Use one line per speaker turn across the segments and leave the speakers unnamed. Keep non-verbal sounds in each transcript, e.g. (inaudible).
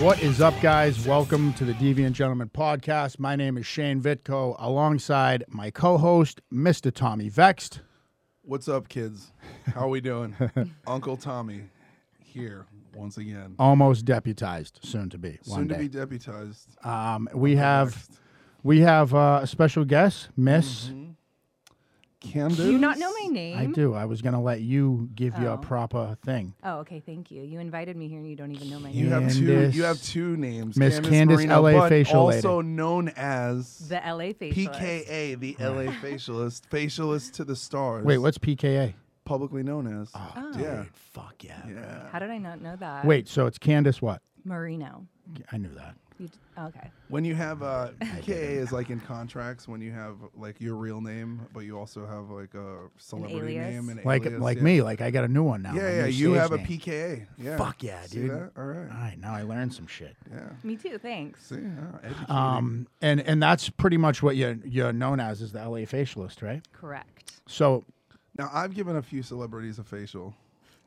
What is up, guys? Welcome to the Deviant Gentleman podcast. My name is Shane Vitko, alongside my co host, Mr. Tommy Vexed.
What's up, kids? How are
(laughs)
we doing? Uncle Tommy here once again.
almost deputized, soon to be one
Soon
day.
to be deputized.
um, we have we have uh, a special guest, Miss.
Mm-hmm. Candace.
Do you not know my name?
I do. I was gonna let you give your
Oh.
proper thing,
Oh, okay. Thank you. You invited me here and you don't even know my
You
name.
have two.
Candace.
You have two names,
Miss Candace
Marino,
LA
but
facial lady.
also Oh, known as
The LA facialist.
PKA, the
(laughs)
LA facialist, facialist to the stars.
Wait, what's PKA?
Publicly known as.
Oh,
yeah,
Fuck
yeah.
How did I not know that?
Wait, so it's Candace what?
Marino.
I knew that.
You d- okay.
When you have uh, PKA is like in contracts when you have like your real name, but you also have like a celebrity
alias.
name and
Like
alias,
like
yeah.
me, like I got a new one now.
Yeah,
my
yeah.
new
You
stage
have a
name.
PKA. Yeah.
Fuck yeah,
See
dude. Uh,
that? All
All
right.
right, now I learned some shit.
Yeah.
Me too. Thanks.
See. Yeah, educated.
Um, and and that's pretty much what you're you're known as is the LA facialist, right?
Correct.
So
now I've given a few celebrities
(laughs)
a facial,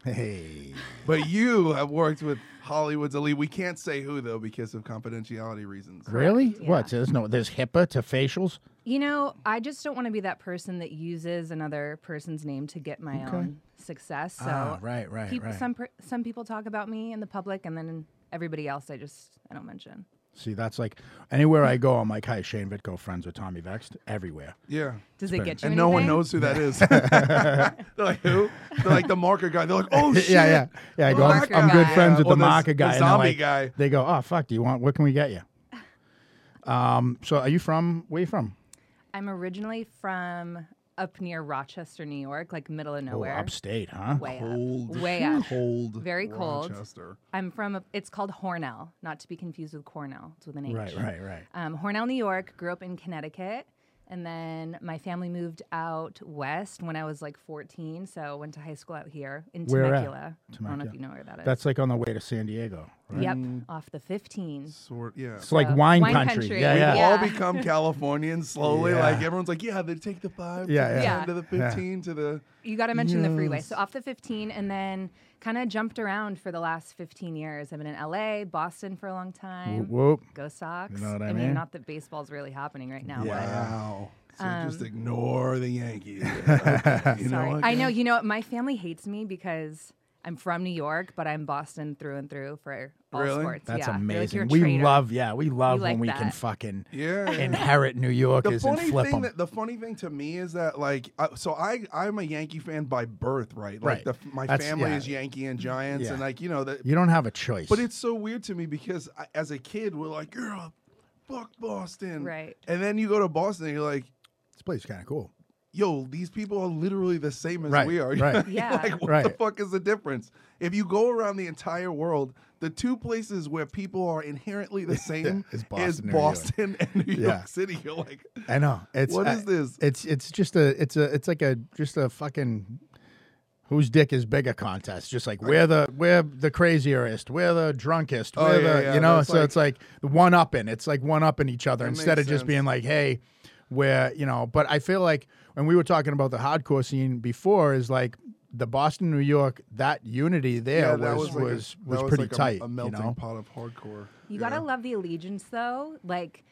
hey,
but you have worked with Hollywood's elite. We can't say who though because of confidentiality reasons.
really?
yeah.
What? There's no there's HIPAA to facials.
You know, I just don't want to be that person that uses another person's name to get my own success. So
Ah, right, right,
peop-
right.
Some per- some people talk about me in the public, and then everybody else, I just I don't mention.
See, that's like anywhere I go, I'm like, hi, Shane Vitko, friends with Tommy Vext,
(laughs)
everywhere.
Yeah.
Does it get you?
And no one
anything?
knows who
(laughs)
that is. They're like who? They're like the marker guy. They're like, oh
(laughs)
shit.
Yeah, yeah, yeah. I go, I'm,
Marker
I'm good
guy.
friends with the
Or the s-
marker
the
guy. and they're
zombie
like-
guy.
They go, oh fuck, do you want? What can we get you? (laughs) Um, so are you from? Where you from?
I'm originally from up near Rochester, New York, like middle of
Oh,
nowhere.
upstate, huh?
way
Cold.
up.
(laughs)
Way up.
Cold.
Very cold.
Rochester.
I'm from, a, it's called Hornell, not to be confused with Cornell. It's with an H.
Right, right, right.
Um, Hornell, New York, grew up in Connecticut. And then my family moved out west when I was like 14. So went to high school out here in
Where at?
Temecula. I don't know
Temecula.
if you know where that is.
That's like on the way to San Diego. Right?
yep, off the 15.
Sort. Yeah.
It's like
So,
wine,
wine
country.
country.
Yeah,
We
yeah.
We've all
(laughs)
Yeah.
become Californians slowly.
Yeah.
Like everyone's like, yeah, they take the five,
Yeah,
to the
yeah.
10, to the
Yeah.
fifteen, to the.
You got to mention the freeway.
Yes.
So off the 15 and then kind of jumped around for the last 15 years. I've been in LA, Boston for a long time.
Whoop, whoop.
Go Sox.
You know what I mean?
mean, not that baseball's really happening right now. but-
Wow. So just
Um,
ignore
(laughs)
the Yankees. you
Sorry.
what,
I know.
guys?
You know, what? my family hates me because I'm from New York, but I'm Boston through and through for all
Really?
sports.
That's
yeah. They're like,
amazing.
"You're a
we
traitor."
love, yeah, we love when
like
we can
that.
fucking
Yeah. yeah.
inherit New Yorkers
the
and
funny
flip
thing
them.
That, the funny thing to me is that like I, so I I'm a Yankee fan by birth, right?
Right.
Like the, f- my
That's-
family
yeah.
is Yankee and Giants,
Yeah.
and like you know that.
you don't have a choice.
But it's so weird to me because I, as a kid we're like, you're a fuck Boston,
Right.
And then you go to Boston and you're like,
this place is kind of cool.
yo, these people are literally the same as
Right,
we are.
right.
Yeah.
(laughs) like, what the
Right.
fuck is the difference? If you go around the entire world, the two places where people are
(laughs)
inherently the same
is
is
Boston,
Boston,
New York.
and New
Yeah.
York City. (laughs) You're like,
I know. It's
What
I-
is this?
It's it's just a it's a it's like a just a fucking whose dick is bigger contest. Just like we're the we're the crazierest, we're the drunkest,
Oh,
we're
yeah,
the
yeah,
you know.
that's
So
like-
it's like one up in. It's like one up in each other
That
instead of
makes
just
sense.
being like, hey, we're you know. But I feel like when we were talking about the hardcore scene before, is like. The Boston, New York, that unity there
that
was was
like a-
was,
that was
pretty
like a-
tight.
A,
you
melting
know?
pot of hardcore.
You gotta love the allegiance though. Like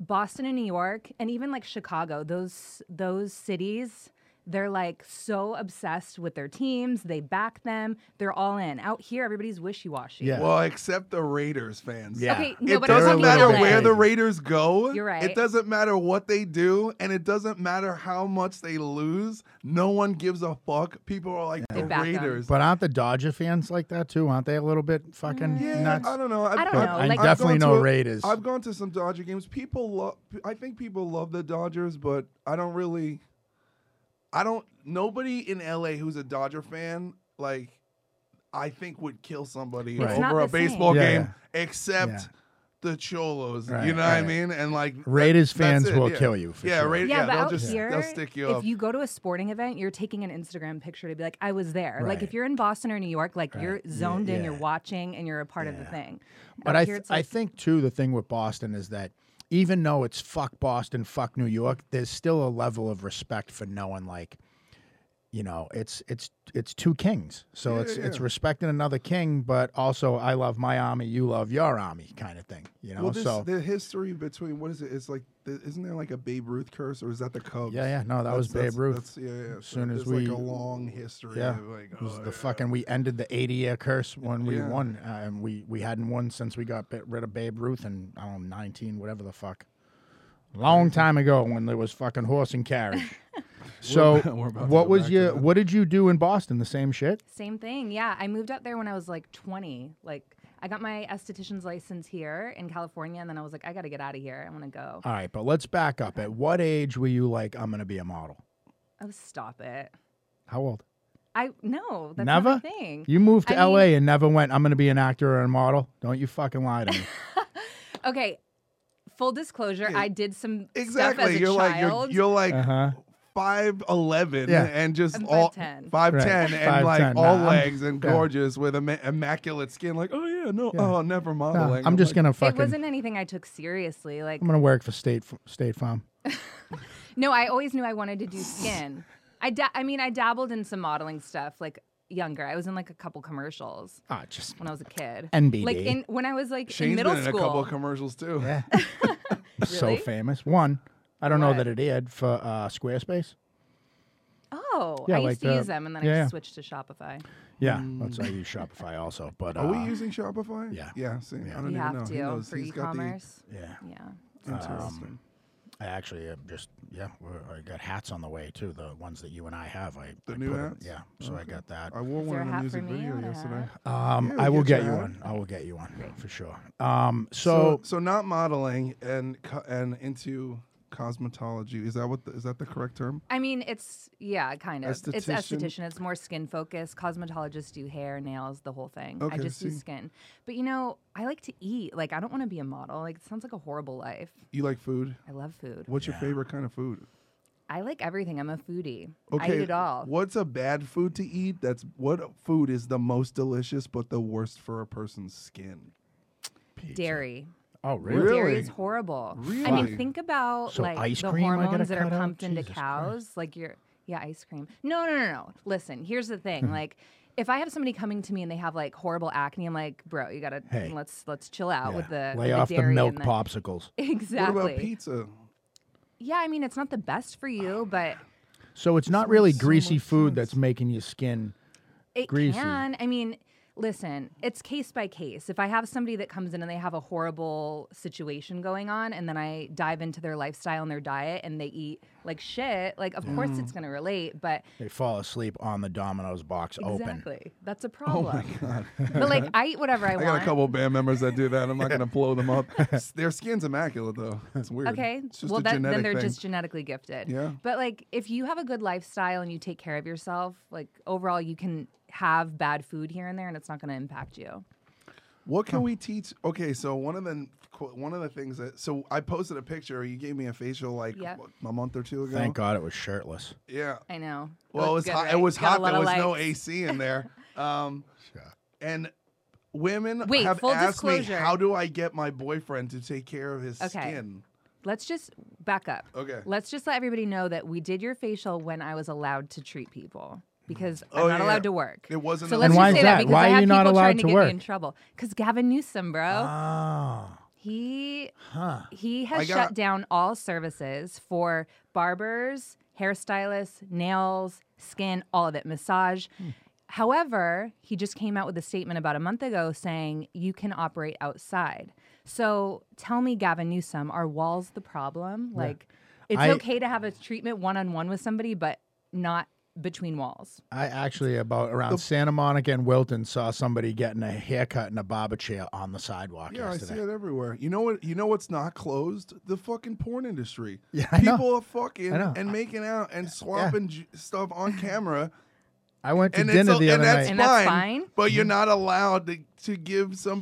Boston and New York, and even like Chicago, those those cities, they're like so obsessed with their teams. They back them. They're all in. Out here, everybody's wishy washy.
Yeah.
Well, except the Raiders fans.
Yeah.
Okay. No,
It
but
They're a
doesn't
I'm talking
matter
little
LA.
where the
crazy.
Raiders go.
You're
It
right.
doesn't matter what they do, and it doesn't matter how much they lose. No one gives a fuck. People are like
They
the
back 'em.
Raiders.
But aren't the Dodger fans like that too? Aren't they a little bit fucking
Yeah,
nuts?
I don't know.
I don't know, I like-
definitely
gone to
know
a-
Raiders.
I've gone to some Dodger games. People love. I think people love the Dodgers, but I don't really. I don't. Nobody in LA who's a Dodger fan, like, I think would kill somebody
It's
not
over a
the same.
baseball
Yeah,
game, except.
Yeah.
The Cholos,
Right,
you know what I
right.
mean, and like that-
Raiders fans
that's it,
will
yeah.
kill you. For
yeah,
sure.
(laughs) Raiders.
Yeah,
Yeah,
but
they'll
out
just
here,
they'll stick you
if
up.
you go to a sporting event, you're taking an Instagram picture to be like, "I was there." Like
Right.
if you're in Boston or New York, like you're
Right. Yeah,
zoned in, you're
yeah.
watching, and you're a part of the
Yeah.
thing.
But
Out
I,
here,
th-
it's
I
like,
think too the thing with Boston is that even though it's fuck Boston, fuck New York, there's still a level of respect for knowing like you know, it's it's it's two kings. So
Yeah,
it's
yeah,
it's
yeah.
respecting another king, but also I love my army, you love your army, kind of thing. You know,
Well, this,
so
the history between what is it? It's like the, isn't there like a Babe Ruth curse, or is that the Cubs?
yeah, yeah, no, that was
That's-
Babe Ruth.
that's- yeah, yeah.
As soon as
there's like
we-
a long history.
Yeah.
of like,
It was
oh,
the
yeah.
fucking we ended the 80 year curse when we
Yeah.
won, uh, and we we hadn't won since we got bit, rid of Babe Ruth in I don't know 19 whatever the fuck, long time ago when there was fucking horse and carriage.
(laughs)
(laughs) so
about- we're about to
what
go
was
back to
your
that.
what did you do in Boston? The same shit.
Same thing. Yeah, I moved out there when I was like 20. Like I got my esthetician's license here in California, and then I was like, I got to get out of here. I want to go.
All right, but let's back up. At what age were you like I'm gonna be a model?
Oh, stop it.
How old?
I no, that's
Never?
not a thing.
You moved to
I
LA and never went. I'm gonna be an actor or a model. Don't you fucking lie to
(laughs)
me.
Okay, full disclosure, I did some
exactly.
stuff as a
you're like
child.
you're, you're like
Uh huh.
five eleven
Yeah.
and just
I'm
all
5'10.
five
Right.
ten and
5'10,
like
nah,
all
I'm-
legs and
yeah.
gorgeous with ima- immaculate skin. Like oh yeah no
Yeah.
oh never modeling.
I'm just
like,
gonna
it
fucking.
wasn't anything I took seriously. Like
I'm gonna work for State F- State Farm.
no, I always knew I wanted
(laughs)
to do skin. I da- I mean, I dabbled in some modeling stuff like younger. I was in like a couple commercials
Ah, just
when I was a kid.
NBD.
Like in when I was like in
Shane's
middle
been in
school.
a couple of commercials too.
Yeah. So
Really?
famous. One, I don't know
What?
that it aired for uh, Squarespace.
oh,
Yeah,
I used
like
to
the-
use them, and then
yeah,
I
yeah.
just switched to Shopify.
Yeah, that's I use Shopify also. But uh,
Hmm. Are we using Shopify?
yeah.
Yeah. See, I don't
You
even
have
know. He
to
knows.
for
He's got the- e-
e-commerce.
yeah,
Yeah.
Um,
Interesting.
I actually am just yeah. we're- I got hats on the way too. The ones that you and I have. I
The
I
new
put in-
hats?
yeah, so I got that.
I wore
Is
one
there a
in the
hat for
music
me
video
and a
yesterday.
hat?
Um,
Yeah,
I
we
will
get
get
you
you
a hat.
one. I will get you one for sure. Um,
So,
so
so not modeling and co- and into cosmetology. Is that what the, is that the correct term?
I mean, it's yeah, kind of. It's
Esthetician.
esthetician. It's more skin focused. Cosmetologists do hair, nails, the whole thing.
Okay,
I just do
see.
skin. But you know, I like to eat. Like, I don't want to be a model. Like, it sounds like a horrible life.
You like food?
I love food.
What's your favorite kind of food?
I like everything. I'm a foodie.
Okay.
I eat it all.
What's a bad food to eat? That's what food is the most delicious but the worst for a person's skin.
Dairy.
oh really?
Dairy
Really?
is horrible. I
Really?
mean, think about
So
like
ice
the
cream I gotta
hormones that are
cut out?
pumped into
Jesus
cows. Like your yeah, ice cream. No, no, no, no. Listen, here's the
Hmm.
thing. like, if I have somebody coming to me and they have like horrible acne, I'm like, bro, you gotta
Hey.
let's let's chill out with
Yeah.
the
Lay
with
off
the,
the
dairy and
milk
the- (laughs)
popsicles.
Exactly.
What about pizza?
Yeah, I mean, it's not the best for you, but
So it's not really
so
greasy
much
food
sense.
that's making your skin.
it
Greasy.
can. I mean. Listen, it's case by case. If I have somebody that comes in and they have a horrible situation going on, and then I dive into their lifestyle and their diet and they eat like shit, like, of course
Mm.
it's going to relate, but
They fall asleep on the Domino's box open.
Exactly. That's a problem. But like, I eat whatever I,
Oh (laughs) I
want.
got a couple band members that do that. I'm
(laughs)
not gonna blow them up. S- Their skin's immaculate though. It's weird.
Okay.
It's just
well,
a
that,
genetic
then they're
thing.
just genetically gifted.
Yeah.
But like, if you have a good lifestyle and you take care of yourself, like overall, you can have bad food here and there, and it's not going to impact you.
What can we teach? Okay, so one of the one of the things that so I posted a picture. You gave me a facial like
Yep.
what, a month or two ago.
Thank God it was shirtless.
Yeah.
I know.
Well, it
Looks
was
good,
hot. It
right?
was
Got a
hot.
lot
There
of
was no
likes.
AC
(laughs)
in there. Um, and women
Wait,
have
full
asked me,
disclosure.
how do I get my boyfriend to take care of his
Okay.
skin?
Let's just back up.
Okay.
Let's just let everybody know that we did your facial when I was allowed to treat people because
Oh,
I'm not
yeah.
allowed to work.
It wasn't
So
allowed.
let's
And
just
why is
say
that?
because
Why
I
are
had
you not
people
allowed
trying
to
get
work?
me in trouble. Because Gavin Newsom, bro.
Ah.
He
Huh.
he
I
has
got-
shut down all services for barbers, hairstylists, nails, skin, all of it, massage.
Hmm.
However, he just came out with a statement about a month ago saying you can operate outside. So tell me, Gavin Newsom, are walls the problem? Like, it's
I-
okay to have a treatment one on one with somebody, but not between walls.
I actually about around Santa Monica and Wilton saw somebody getting a haircut in a barber chair on the sidewalk
Yeah, I see
yesterday.
it everywhere. You know what? You know what's not closed? The fucking porn industry.
Yeah, I know.
people are fucking
I know.
and making out and swapping j
(laughs)
stuff on camera,
I went to
and it's
dinner
a-
the
and
other
that's,
night. Mm-hmm.
And that's fine.
But you're not allowed to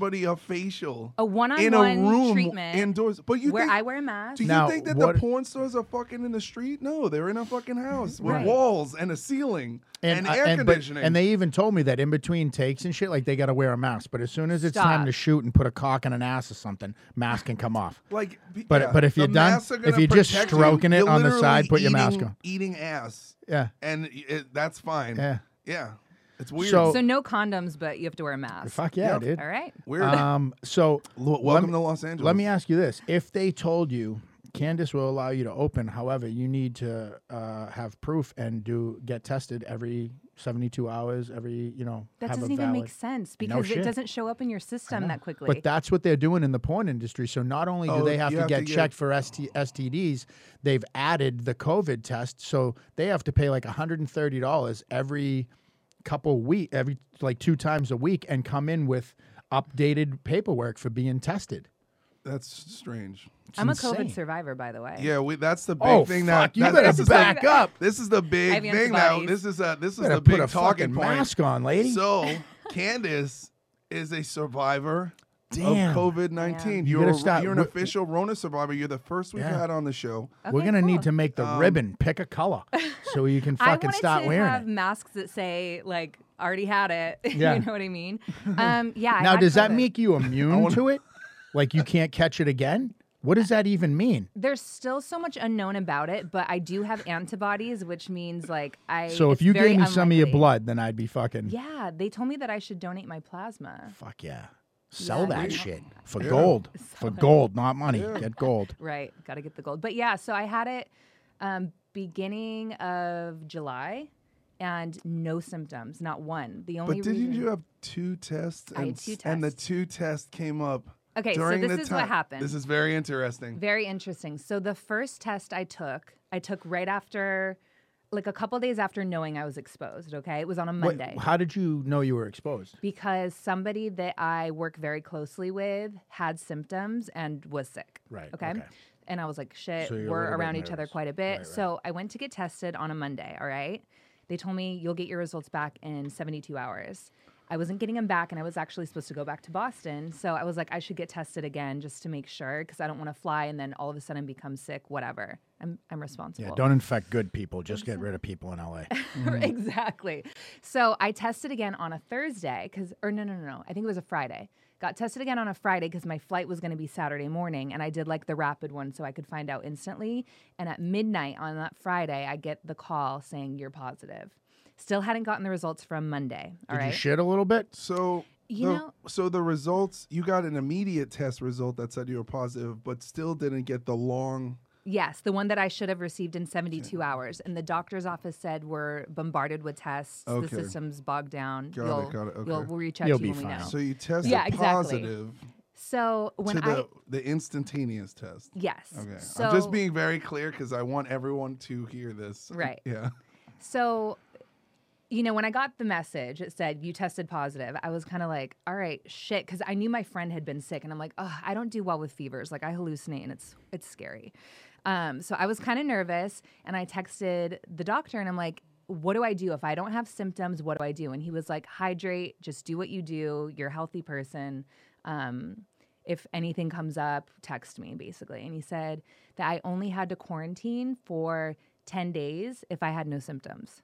A one-on-one
in a room
treatment
indoors. But you
where
think,
I wear a mask.
do you
Now,
think that
what-
the porn stores are fucking in the street? No, they're in a fucking house with
Right.
walls and a ceiling and,
uh,
air
but-
conditioning.
and they even told me that in between takes and shit, like they got to wear a mask. But as soon as it's time
Stop.
to shoot and put a cock in an ass or something, mask can come off.
like, be-
but-
yeah,
but if
the
you're done-
masks are
if
gonna
you're just
protect
stroking it
you're
on the side,
literally
put your mask
eating-
on.
Eating ass,
Yeah,
and it, that's fine.
yeah.
Yeah. it's weird.
So-
so no condoms, but you have to wear a mask.
Fuck yeah,
Yep.
dude.
All right.
weird.
Um, so
Lo-
let
welcome
me-
to Los Angeles.
Let me ask you this: If they told you Candace will allow you to open, however, you need to uh, have proof and do get tested every seventy-two hours. Every you know,
That
have a
doesn't even
valid-
make sense because
shit.
it doesn't show up in your system that quickly.
But that's what they're doing in the porn industry. So not only do
Oh,
they have
you
to
have
get
to get-
checked for ST- STDs, they've added the COVID test. So they have to pay like $130 every couple week, every like two times a week, and come in with updated paperwork for being tested.
That's strange.
It's
I'm a
insane.
COVID survivor, by the way.
Yeah, we, that's the big
Oh,
thing
fuck,
that
you
that-
better
this is
back
the,
up.
This is the big
have
thing now.
antibodies.
This is a this is
Better
the
put
big
a
talking
fucking
point.
mask on, lady.
So,
(laughs)
Candace is a survivor
Damn.
of COVID nineteen.
You
You're
gotta
a-
stop-
you're an
we-
official Rona survivor. You're the first we've
Yeah.
had on the show.
We're
Okay,
gonna need
cool.
to make the ribbon pick a color so you can
(laughs) I
fucking
wanted
stop
to
wearing
have
it.
masks that say like already had it. (laughs)
Yeah.
you know what
(laughs)
I mean? Um, yeah. I
Now,
had
does that
COVID.
make (laughs) you immune to it? Like you can't catch it again? What does that even mean?
there's still so much unknown about it? But I do have antibodies, which means like I.
So if
it's
you
very
gave me some of your
unlikely.
blood, then I'd be fucking
yeah, they told me that I should donate my plasma.
fuck yeah. Sell
Yeah,
that
yeah.
shit for
(laughs)
Yeah.
gold. For gold, not money. Get gold.
Right, got to get the gold. But yeah, so I had it um, beginning of July, and no symptoms, not one. The only
But didn't
reason-
you have two tests? And,
I had two
s- and the
tests.
two tests came up.
Okay, so
during
this
the
is what
time-
happened.
This is very interesting.
Very interesting. So the first test I took, I took right after, like a couple days after knowing I was exposed. Okay, it was on a
What-
(laughs) Monday
how did you know you were exposed?
because somebody that I work very closely with had symptoms and was sick.
Right,
Okay.
okay.
And I was like, shit,
So you're a
we're
little bit
around each other
nervous.
quite a bit.
right.
So I went to get tested on a Monday. All right. They told me you'll get your results back in 72 hours. I wasn't getting them back, and I was actually supposed to go back to Boston. So I was like, I should get tested again just to make sure, because I don't want to fly and then all of a sudden become sick. Whatever. I'm I'm responsible.
Yeah, don't infect good people. Just
(laughs)
get rid of people in LA.
Mm-hmm.
exactly. So I tested again on a Thursday because, or no, no, no, no. I think it was a Friday. Got tested again on a Friday because my flight was going to be Saturday morning, and I did like the rapid one so I could find out instantly. And at midnight on that Friday, I get the call saying you're positive. Still hadn't gotten the results from Monday. All
Did
right.
you shit a little bit?
So
You
the,
know-
so the results you got an immediate test result that said you were positive, but still didn't get the long.
Yes, the one that I should have received in 72 hours. And the doctor's office said we're bombarded with tests.
Okay.
The system's bogged down.
Got it,
you'll,
got it, okay.
you'll- we'll reach out
You'll
to you
be
when we
fine.
know.
So you tested
Yeah, exactly.
positive
So when
to
I
the the instantaneous test.
yes,
Okay,
so
I'm just being very clear because I want everyone to hear this. (laughs)
Right.
Yeah.
So, you know, when I got the message, it said you tested positive. I was kind of like, all right, shit, because I knew my friend had been sick, and I'm like, oh, I don't do well with fevers. Like I hallucinate, and it's it's scary. Um, so I was kind of nervous, and I texted the doctor, and I'm like. What do I do if I don't have symptoms? What do I do? And he was like, hydrate, just do what you do. You're a healthy person. Um, if anything comes up, text me basically. And he said that I only had to quarantine for 10 days if I had no symptoms.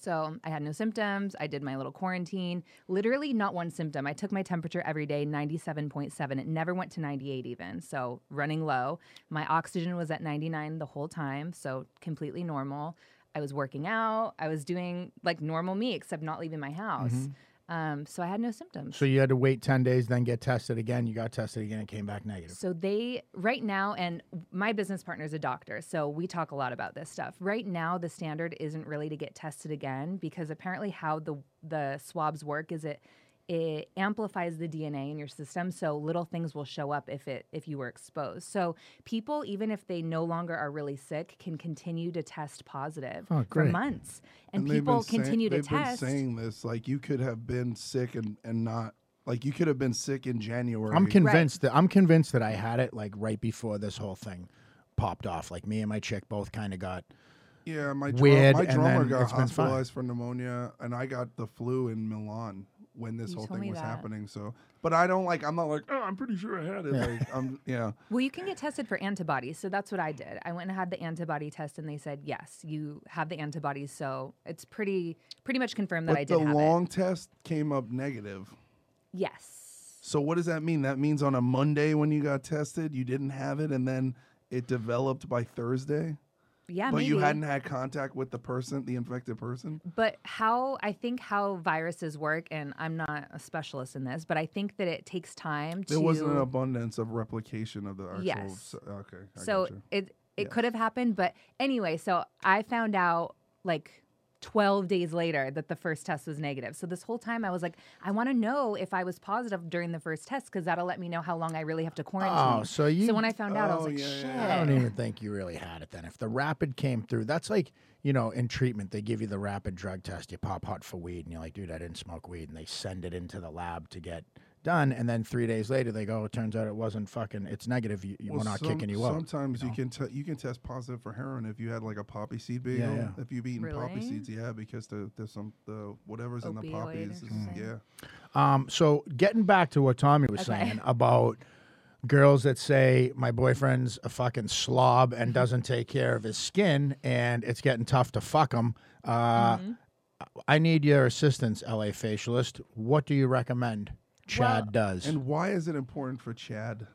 So I had no symptoms. I did my little quarantine, literally not one symptom. I took my temperature every day, 97.7. It never went to 98 even. So running low. My oxygen was at 99 the whole time. So completely normal. I was working out. I was doing like normal me, except not leaving my house. Um, so I had no symptoms.
So you had to wait 10 days, then get tested again. You got tested again. It came back negative.
So they right now, and my business partner is a doctor, so we talk a lot about this stuff. Right now, the standard isn't really to get tested again because apparently, how the the swabs work is it it amplifies the DNA in your system, so little things will show up if it if you were exposed. So people, even if they no longer are really sick, can continue to test positive
Oh,
for
great.
months, and,
they've been
people
saying-
continue to
they've been
test.
saying this like you could have been sick and and not like you could have been sick in January.
I'm convinced that I'm convinced that I had it like right before this whole thing popped off. Like me and my chick both kind of got
yeah, my drum,
weird,
my
and
drummer
then
got
it's been fine.
hospitalized for pneumonia, and I got the flu in Milan when this
You
whole
told
thing
me
was
that.
happening. So, but I don't like. I'm not like. Oh, I'm pretty sure I had it. Like, I'm.
(laughs)
Yeah.
Well, you can get tested for antibodies. So that's what I did. I went and had the antibody test, and they said, yes, you have the antibodies. So it's pretty pretty much confirmed that
but
I
the
did have it.
long test came up negative.
Yes.
So what does that mean? That means on a Monday when you got tested, you didn't have it, and then it developed by Thursday.
Yeah,
but
maybe.
you hadn't had contact with the person, the infected person.
But how I think how viruses work, and I'm not a specialist in this, but I think that it takes time to.
There wasn't an abundance of replication of the actual.
Yes.
s- Okay. I
so
gotcha.
it it
Yes.
could have happened, but anyway, so I found out like 12 days later that the first test was negative. So this whole time I was like, I want to know if I was positive during the first test because that'll let me know how long I really have to quarantine.
Oh, so you.
so when I found out, I was
Oh,
like,
yeah,
shit.
yeah,
I don't even think you really had it then. If the rapid came through, that's like, you know, in treatment, they give you the rapid drug test. You pop hot for weed, and you're like, dude, I didn't smoke weed. And they send it into the lab to get done. And then three days later, they go, it turns out it wasn't fucking, it's negative. You, you-
Well,
we're not
some-
kicking you out.
Sometimes you, can te- you can test positive for heroin if you had like a poppy seed bagel.
yeah.
If you've eaten poppy
Really?
seeds, yeah, because the there's some the whatever's in the
Opioid or
poppies, is,
something.
yeah.
Um, so getting back to what Tommy was
Okay.
saying about girls that say my boyfriend's a fucking slob
Mm-hmm.
and doesn't take care of his skin and it's getting tough to fuck him. Uh,
Mm-hmm.
I need your assistance, LA facialist. What do you recommend Chad does?
And why is it important for Chad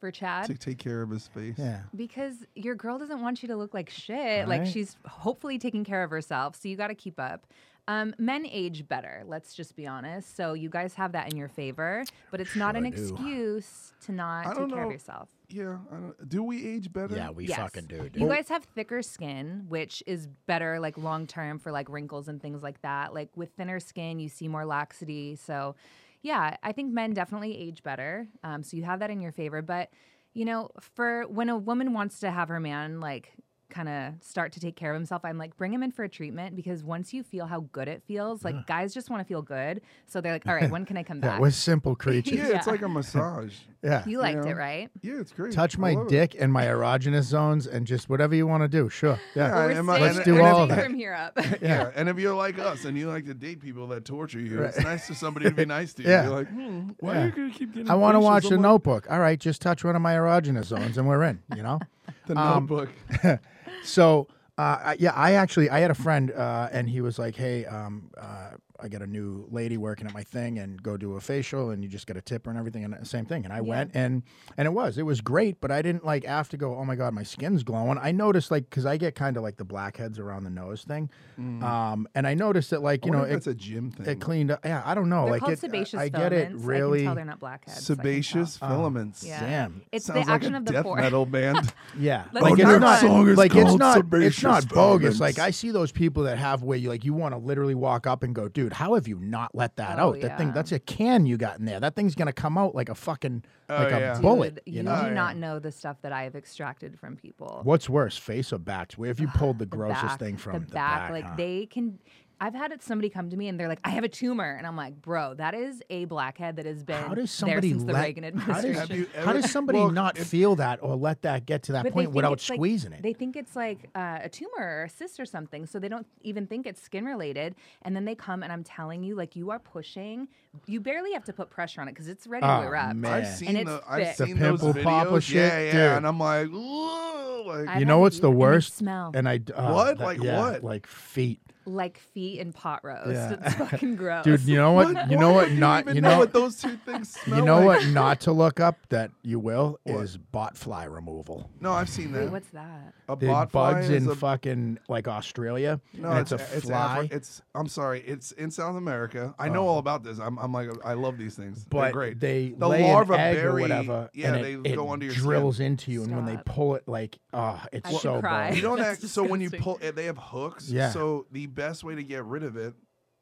For
to
Chad?
take care of his face?
yeah.
Because your girl doesn't want you to look like shit. Like
Right.
she's hopefully taking care of herself. So you got to keep up. Um, men age better. Let's just be honest. So you guys have that in your favor, but it's not an
Sure do.
excuse to not
I
take
don't
care of
know.
yourself.
Yeah. I don't, do we age better?
Yeah, we
Yes.
fucking do, dude.
You guys have thicker skin, which is better like long term for like wrinkles and things like that. Like with thinner skin, you see more laxity. So, yeah, I think men definitely age better. Um, so you have that in your favor. But you know, for when a woman wants to have her man like kind of start to take care of himself, I'm like, bring him in for a treatment because once you feel how good it feels, like guys just want to feel good. So they're
(laughs)
like, all right, when can I come
yeah,
back?
we're
(laughs)
simple creatures.
Yeah, it's like a massage.
yeah.
you liked
Yeah.
it, right?
Yeah, it's
(laughs)
great.
Touch
I
my
love it.
dick and my erogenous zones and just whatever you want to do. Sure. Yeah.
Yeah,
We're
and my-
staying-
Let's
and-
do
and if-
all
staying
that.
from here up.
Yeah. and if you're like us and you like to date people that torture you, it's nice for somebody
(laughs)
to be nice to you.
Yeah.
You're like, hmm, why
Yeah.
are you gonna keep getting?
I want to
facials?
watch
I'm
the
like,
notebook. All right, just touch one of my erogenous zones and we're in, you know?
The
Um,
notebook.
So, uh, I- yeah, I actually I had a friend, uh, and he was like, "Hey, um, uh, I got a new lady working at my thing, and go do a facial, and you just get a tipper and everything, and the same thing." And I went, and and it was it was great, but I didn't like have to go. Oh my god, my skin's glowing. I noticed like because I get kind of like the blackheads around the nose thing,
Mm.
um, and I noticed that like
you
you
know,
know
that's
it,
a gym thing.
it cleaned up. Yeah, I don't know,
They're
like
called
it, I-
sebaceous
I, get it
filaments. I
really.
can tell they're not blackheads. I can tell.
Sebaceous filaments.
Yeah.
Damn.
It's
Sounds
the
like
action
a
of the
death
four.
(laughs)
metal band.
Yeah,
Let's
like
Our
it's
next
not
song is
like it's
called
not it's
Sebaceous
not bogus.
Violence.
Like I see those people that have where you like you want to literally walk up and go, dude, how have you not let that
Oh,
out? That thing,
yeah.
that's a can you got in there. That thing's gonna come out like a fucking
Oh,
like a
yeah.
bullet.
Dude,
you
you
know
do
yeah.
not know the stuff that I have extracted from people.
what's worse, face or back? Where
(sighs)
have you pulled the,
The
grossest
back-
thing from?
the, back, like
huh?
they can. I've had it, somebody come to me and they're like, "I have a tumor," and I'm like, "Bro, that is a blackhead that has been
How does
there
somebody
since the
let-
Reagan
how
administration."
does,
Have you
how
ever-
does somebody
Well,
not
if-
feel that or let that get to that
But they
point
think
without
it's like-
squeezing it?
They think it's like uh, a tumor or a cyst or something, so they don't even think it's skin related. And then they come, and I'm telling you, like you are pushing. You barely have to put pressure on it because it's ready to
Oh,
erupt.
man.
I've
Yeah.
seen
And it's
the, I've
thick.
The
seen those
pimple
videos.
popper shit,
yeah, yeah,
dude.
and I'm like, "Ooh," like
I've
you
had
know
it
what's
be-
the
and they
worst?
smell.
And I d- uh,
What?
that-
Like
yeah,
what?
Like feet,
like feet and pot roast.
Yeah.
It's fucking
(laughs)
gross.
dude. You know what? you know
Why
what?
do
Not
even
you
know
know
what those two things smell
You know
like?
what (laughs) not to look up that you will
What?
is botfly removal.
No, I've seen
Wait,
that.
what's that?
a
They
bot
bugs
fly is
in
a,
fucking like Australia.
No,
and it's, a
it's
fly. Oh.
Afri- it's I'm sorry, it's in South America. I know all about this. I'm, I'm like I love these things.
but
They're great.
they
the
lay
larva
an egg
berry,
or whatever,
Yeah,
and
they
it, it
go under your
drills
skin.
into you, and when they
Stop.
pull it, like, oh, it's
I should
so
cry.
You
bad. (laughs)
don't
That's
act so when you pull eh,
disgusting.
they have hooks.
Yeah.
So the best way to get rid of it,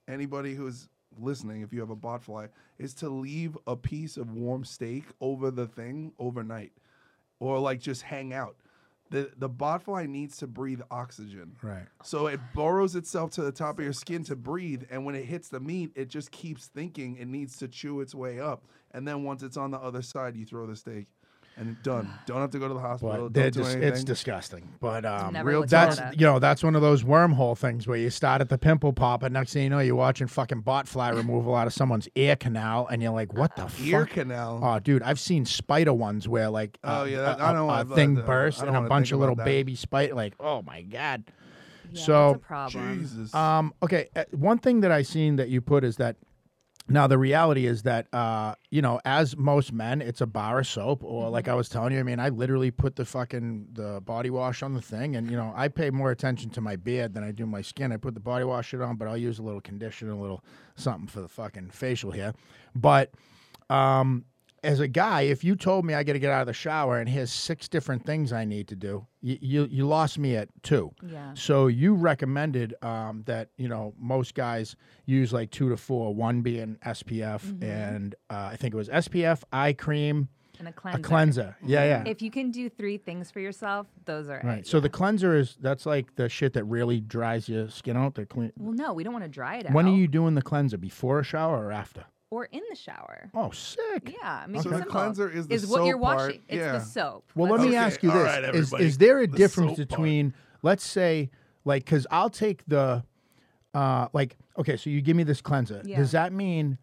anybody who's listening, if you have a bot fly, is to leave a piece of warm steak over the thing overnight. Or like just hang out. The the bot fly needs to breathe oxygen.
Right.
So it burrows itself to the top of your skin to breathe, and when it hits the meat, it just keeps thinking it needs to chew its way up. And then once it's on the other side, you throw the steak. and
(sighs)
done. Don't have to go to the hospital.
But
don't
they're
do
just, it's
anything.
disgusting. But um,
Never
real
looked into
that's
that.
you know that's one of those wormhole things where you start at the pimple pop, and next thing you know, you're watching fucking bot fly removal out of someone's ear canal, and you're like, what the
ear
fuck?
canal.
Oh, dude, I've seen spider ones where like
Oh,
uh,
yeah, that-
a,
I don't
a- a
wanna-
thing
uh,
bursts
I don't
and a
wanna
bunch
think
of little
about that.
baby spider. Like, oh my god.
Yeah,
So-
that's a problem.
Jesus.
Um, okay, uh, one thing that I seen that you put is that now the reality is that uh, you know, as most men, it's a bar of soap or like I was telling you, I mean, I literally put the fucking the body wash on the thing and you know, I pay more attention to my beard than I do my skin. I put the body wash shit on, but I'll use a little conditioner, a little something for the fucking facial here. But um as a guy, if you told me I got to get out of the shower and here's six different things I need to do, you you, you lost me at two.
Yeah.
So you recommended um, that you know most guys use like two to four, one being SPF and uh, I think it was SPF, eye cream,
And a
a
cleanser.
cleanser. Yeah, yeah.
If you can do three things for yourself, those are
right.
it.
So the cleanser is that's like the shit that really dries your skin out. The clean.
Well, no, we don't want to dry it
When
out.
are you doing the cleanser? Before a shower or after?
or in the shower?
Oh, sick.
Yeah, I mean,
So the
simple.
cleanser is the
what you're
soap part,
washing. It's
yeah.
the soap.
Well, let
Let's-
me
Okay,
ask you
all
this:
right,
is,
everybody,
is there a
the
difference
soap part.
between, let's say, like, because I'll take the, uh, like, okay, so you give me this cleanser.
Yeah.
Does that mean,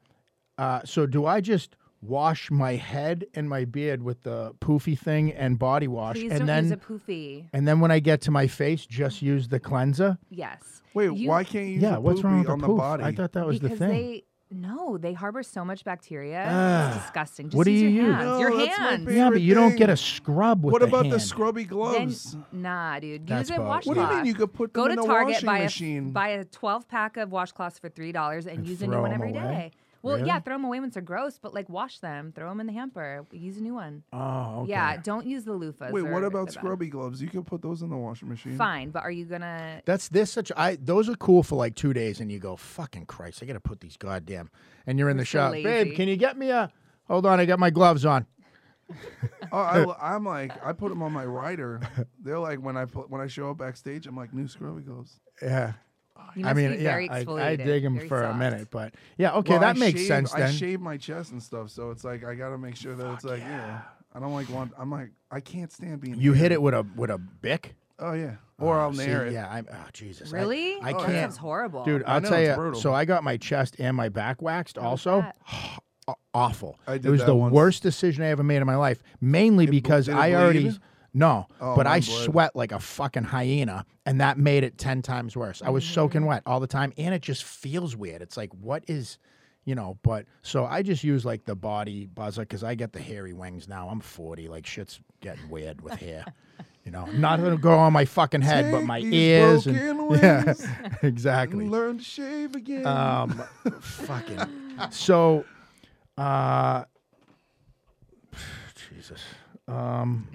uh, so do I just wash my head and my beard with the poofy thing and body wash,
Please
and
don't
then
use a poofy.
and then when I get to my face, just use the cleanser?
Yes.
Wait,
You-
why can't you use
yeah,
a
what's
poopy
wrong with
on
the
the,
poof?
body?
I thought that was
because
the thing.
they no, they harbor so much bacteria.
Ah.
it's disgusting. Just
What do
use
you
your
use?
hands.
No,
your
that's my
hands.
favorite
yeah, but you don't get a
thing.
scrub with
what
the
about the
hand.
scrubby
Then,
gloves?
nah, dude.
That's
use a
bugs.
washcloth.
What
do you mean you could put
Go
them
to
in a
Target,
washing
buy
machine?
A, buy a 12 pack of washcloths for three dollars and, use a new
throw
one
'em
every day.
away?
Well, yeah,
Really?
throw them away once they're gross, but like wash them, throw them in the hamper, use a new one.
Oh, okay.
Yeah, don't use the loofahs.
Wait,
or
what
the
about
bad.
scrubby gloves? You can put those in the washing machine.
Fine, but are you gonna?
That's this such I those are cool for like two days and you go, fucking Christ, I gotta put these goddamn and you're in the
so
shop. Babe,
lazy.
can you get me a hold on, I got my gloves on. (laughs)
Oh, I, am like, I put them on my rider. They're like, when I put, when I show up backstage, I'm like, new scrubby gloves.
Yeah.
You
I
must
mean,
be
yeah,
very
I,
exfoliated.
I dig them
very
for a
soft.
minute, but yeah, okay,
Well,
that
I
makes
shave-
sense then.
I shave my chest and stuff, so it's like I gotta make sure that it's like, yeah. I don't like want. I'm like, I can't stand being.
you hit
hairy.
it with a with a bick,
Oh yeah, or I'll
See,
nair it.
Yeah, I'm oh Jesus. I-
Really?
I,
That
can't
sounds horrible,
dude, I'll
know,
tell
it's
you
brutal.
so I got my chest and my back waxed
was
also. (sighs)
that?
Aw- Awful.
I
it
did
was
that
the
once.
worst decision I ever made in my life, mainly because
did it
I already
bleed?
no,
Oh,
but I
mine bled.
sweat like a fucking hyena, and that made it ten times worse. I was soaking wet all the time, and it just feels weird. It's like, what is, you know? But so I just use like the body buzzer because I get the hairy wings now. I'm forty, like shit's getting weird with hair. You know, not gonna go on my fucking head, but
Take
my
these
ears and (laughs)
broken
yeah,
wings
exactly.
and learn to shave again.
Um,
(sighs)
fucking. So, uh, Jesus. Um,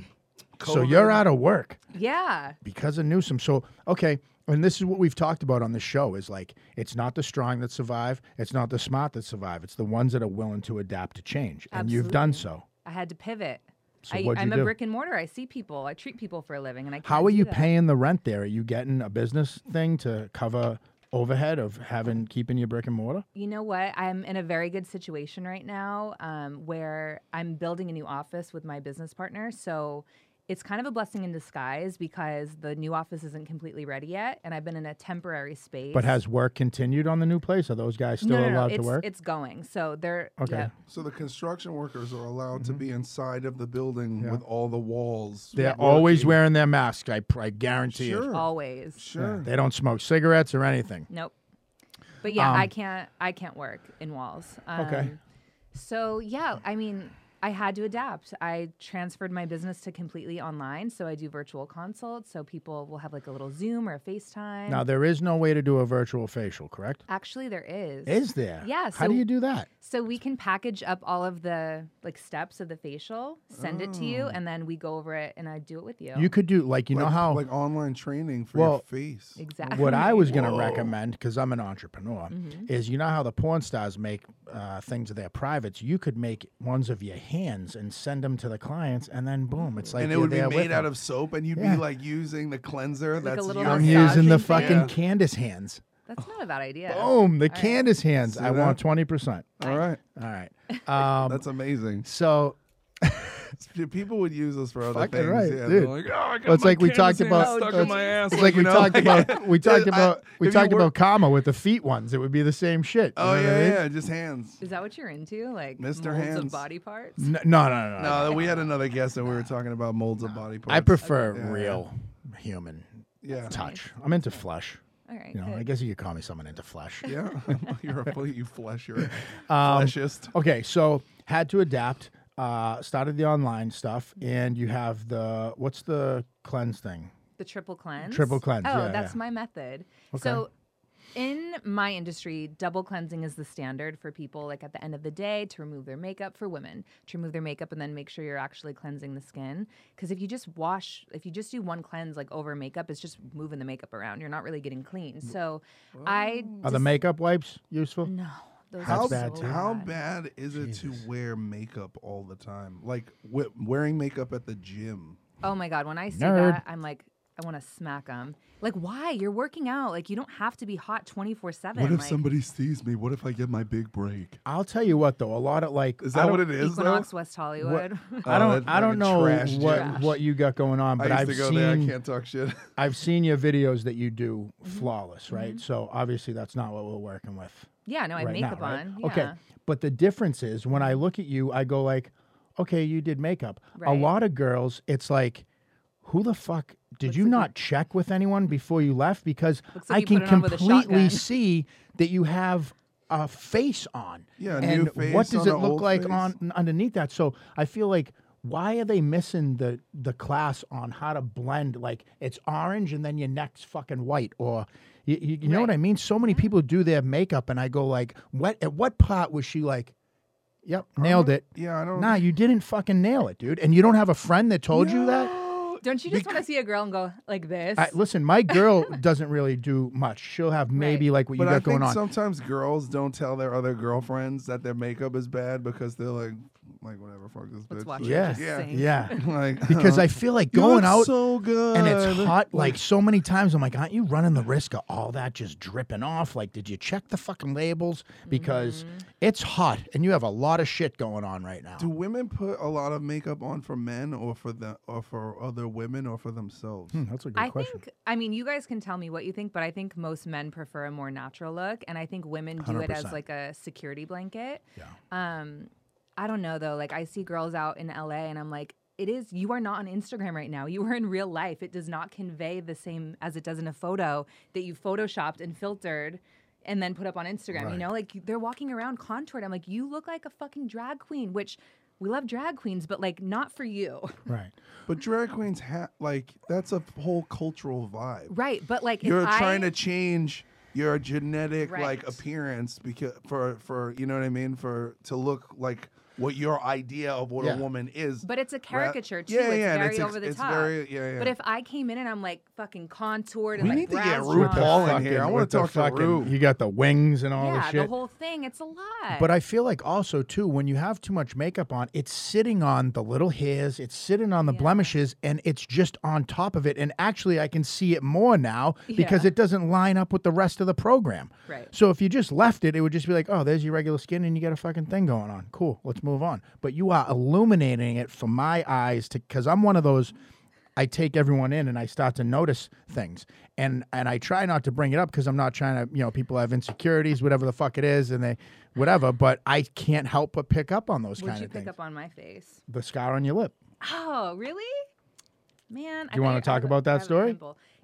so you're out of work
Yeah.
because of Newsom. So okay, and this is what we've talked about on the show is like it's not the strong that survive, it's not the smart that survive, it's the ones that are willing to adapt to change, and you've done so.
I had to pivot.
So
I,
what'd you
I'm
do?
a brick and mortar. I see people. I treat people for a living, and I. Can't
How are
do
you
that.
paying the rent there? Are you getting a business thing to cover overhead of having keeping your brick and mortar?
You know what? I'm in a very good situation right now, um, where I'm building a new office with my business partner. So. It's kind of a blessing in disguise because the new office isn't completely ready yet, and I've been in a temporary space.
But has work continued on the new place? Are those guys still
no, no, no,
allowed
it's,
to work?
It's going. So they're
Okay.
yeah.
So the construction workers are allowed
Mm-hmm.
to be inside of the building with all the walls.
They're
working.
always wearing their masks. I, pr- I guarantee it.
Sure.
always.
Sure.
They don't smoke cigarettes or anything.
Nope. But yeah, I can't. I can't work in walls. Um,
Um, Okay.
So yeah, I mean, I had to adapt. I transferred my business to completely online, so I do virtual consults. So people will have like a little Zoom or a FaceTime.
Now there is no way to do a virtual facial, correct?
Actually, there is.
Is there?
Yeah,
How do
so-
you do that?
So we can package up all of the like steps of the facial, send it to you, and then we go over it, and I do it with you.
Mm. You could do like you know
Like-
how
like online training for
Well,
your face.
exactly.
what I was going to recommend because I'm an entrepreneur
Mm-hmm.
is you know how the porn stars make uh, things of their privates. You could make ones of your hands and send them to the clients, and then boom, it's like
and it
you're
would be
there with
made out
them.
of soap, and you'd
Yeah.
be like using the cleanser. that's
little
your
I'm
massage
using the
thing.
fucking
Yeah.
Candace hands.
That's not a bad idea.
Boom, the Candace hands. I
that?
want twenty percent.
(laughs)
All right,
All right. Um,
that's amazing.
So,
People would use us for other
Fucking
things.
right,
yeah,
dude.
they're Like, oh, I got
Well, it's
my
like we
Kansas
talked
hand
about-
stuck
Oh,
in my ass.
Jesus.
It's like we
you know? (laughs)
talked about we talked
I-
about we
if you
talked
work-
about comma with the feet ones. It would be the same shit. you
Oh
know what I
yeah,
mean?
yeah, just hands.
Is that what you're into? Like
Mr.
molds
Hands.
of body parts?
N- No, no, no, no.
No, we had another guest and we were talking about molds of body parts.
I prefer
Yeah.
real human
Yeah.
touch. I'm into flesh.
All right.
You know, I
good.
guess you could call me someone into flesh.
Yeah. (laughs) you're a you flesh. You're
(laughs)
a
Um,
fleshist.
Okay, so had to adapt. Uh, started the online stuff, and you have the what's the cleanse thing?
The triple cleanse.
Triple cleanse,
Oh,
yeah,
that's
yeah.
my method.
Okay.
So in my industry, double cleansing is the standard for people like at the end of the day to remove their makeup for women, to remove their makeup and then make sure you're actually cleansing the skin because if you just wash, if you just do one cleanse like over makeup, it's just moving the makeup around. You're not really getting clean. So I
Oh.
Are the makeup wipes useful?
No. Those
That's
How
are
bad,
so
too.
how bad is it
Jesus.
to wear makeup all the time? Like w- wearing makeup at the gym.
Oh my god, when I see
Nerd.
that, I'm like I want to smack them. Like why? You're working out. Like you don't have to be hot 24/7.
What if
like,
somebody sees me? What if I get my big break?
I'll tell you what though. A lot of like
Is
I
that
don't-
what it is? though?
Equinox West Hollywood. (laughs)
I
Oh,
don't.
that
I don't
fucking
know
trash
what
gym.
what you got going on,
I
but
used
I've
to go
seen
there. I can't talk shit. (laughs)
I've seen your videos that you do
Mm-hmm.
flawless, right? So obviously that's not what we're working with
yeah, no, I have
right
makeup
now, right?
on.
Okay,
yeah.
but the difference is when I look at you, I go like, "Okay, you did makeup." A
Right.
lot of girls, it's like, "Who the fuck did
Looks
you
like you-
not check with anyone before you left?" Because
Looks like
I can
you put it on with a
completely
shotgun.
see that you have a face on.
Yeah, a
and
new face
what does
on
it
a
look
old
like
face.
on underneath that? So I feel like why are they missing the the class on how to blend? Like it's orange and then your neck's fucking white, or you, you, you know what
Right.
I mean? So
Mm-hmm.
many people do their makeup, and I go like, what? At what part was she like? Yep, nailed it.
Yeah, I don't.
Nah, you didn't fucking nail it, dude. And you don't have a friend that told you that.
Don't you just want to see a girl and go like this?
I, listen, my
(laughs)
girl doesn't really do much. She'll have maybe like what
But
you
I
got
think
going on.
sometimes girls don't tell their other girlfriends that their makeup is bad because they're like, like whatever, fuck this
Let's
bitch.
watch
(laughs) Like,
it.
Yeah,
Just saying.
(laughs)
yeah. (laughs)
Like
Because I feel like
"You
going
look
out
so good
and it's hot like so many times i'm like aren't you running the risk of all that just dripping off like did you check the fucking labels because
Mm-hmm.
it's hot and you have a lot of shit going on right now
Do women put a lot of makeup on for men or for the or for other women or for themselves?
Hmm, that's a good
I
question
think, I mean, you guys can tell me what you think, but I think most men prefer a more natural look. And I think women do it as
100%.
like a security blanket. Yeah. Um, I don't know though. Like, I see girls out in LA and I'm like, it is, you are not on Instagram right now. You are in real life. It does not convey the same as it does in a photo that you photoshopped and filtered and then put up on Instagram. You
Right.
know, like you- they're walking around contoured. I'm like, you look like a fucking drag queen, which we love drag queens, but like not for you.
right
But drag queens ha- like that's a whole cultural vibe.
right. But like,
You're
if
trying
I-
to change your genetic
Right.
like appearance because for for you know what I mean for to look like what your idea of what
Yeah.
a woman is.
But it's a caricature too.
yeah,
it's
yeah, and
very
it's ex-
over the
it's
top.
very- yeah, yeah.
But if I came in and I'm like fucking contoured and
We
like
need to get
brows
RuPaul
drawn,
in here. I wanna
with the
talk to Rue.
you got the wings and all
yeah,
this
the
shit
whole thing, it's a lot.
But I feel like also too when you have too much makeup on, it's sitting on the little hairs, it's sitting on the blemishes, and it's just on top of it. And actually, I can see it more now because
Yeah.
it doesn't line up with the rest of the program.
Right.
So if you just left it, it would just be like, oh, there's your regular skin, and you got a fucking thing going on. Cool, let's move on. But you are illuminating it for my eyes to because I'm one of those. I take everyone in and I start to notice things. And and I try not to bring it up because I'm not trying to, you know, people have insecurities, whatever the fuck it is, and they whatever, but I can't help but pick up on those
would
kind
you
of
pick
things.
up on my face?
the scar on your lip.
Oh, really? Man, do
you wanna talk about that story?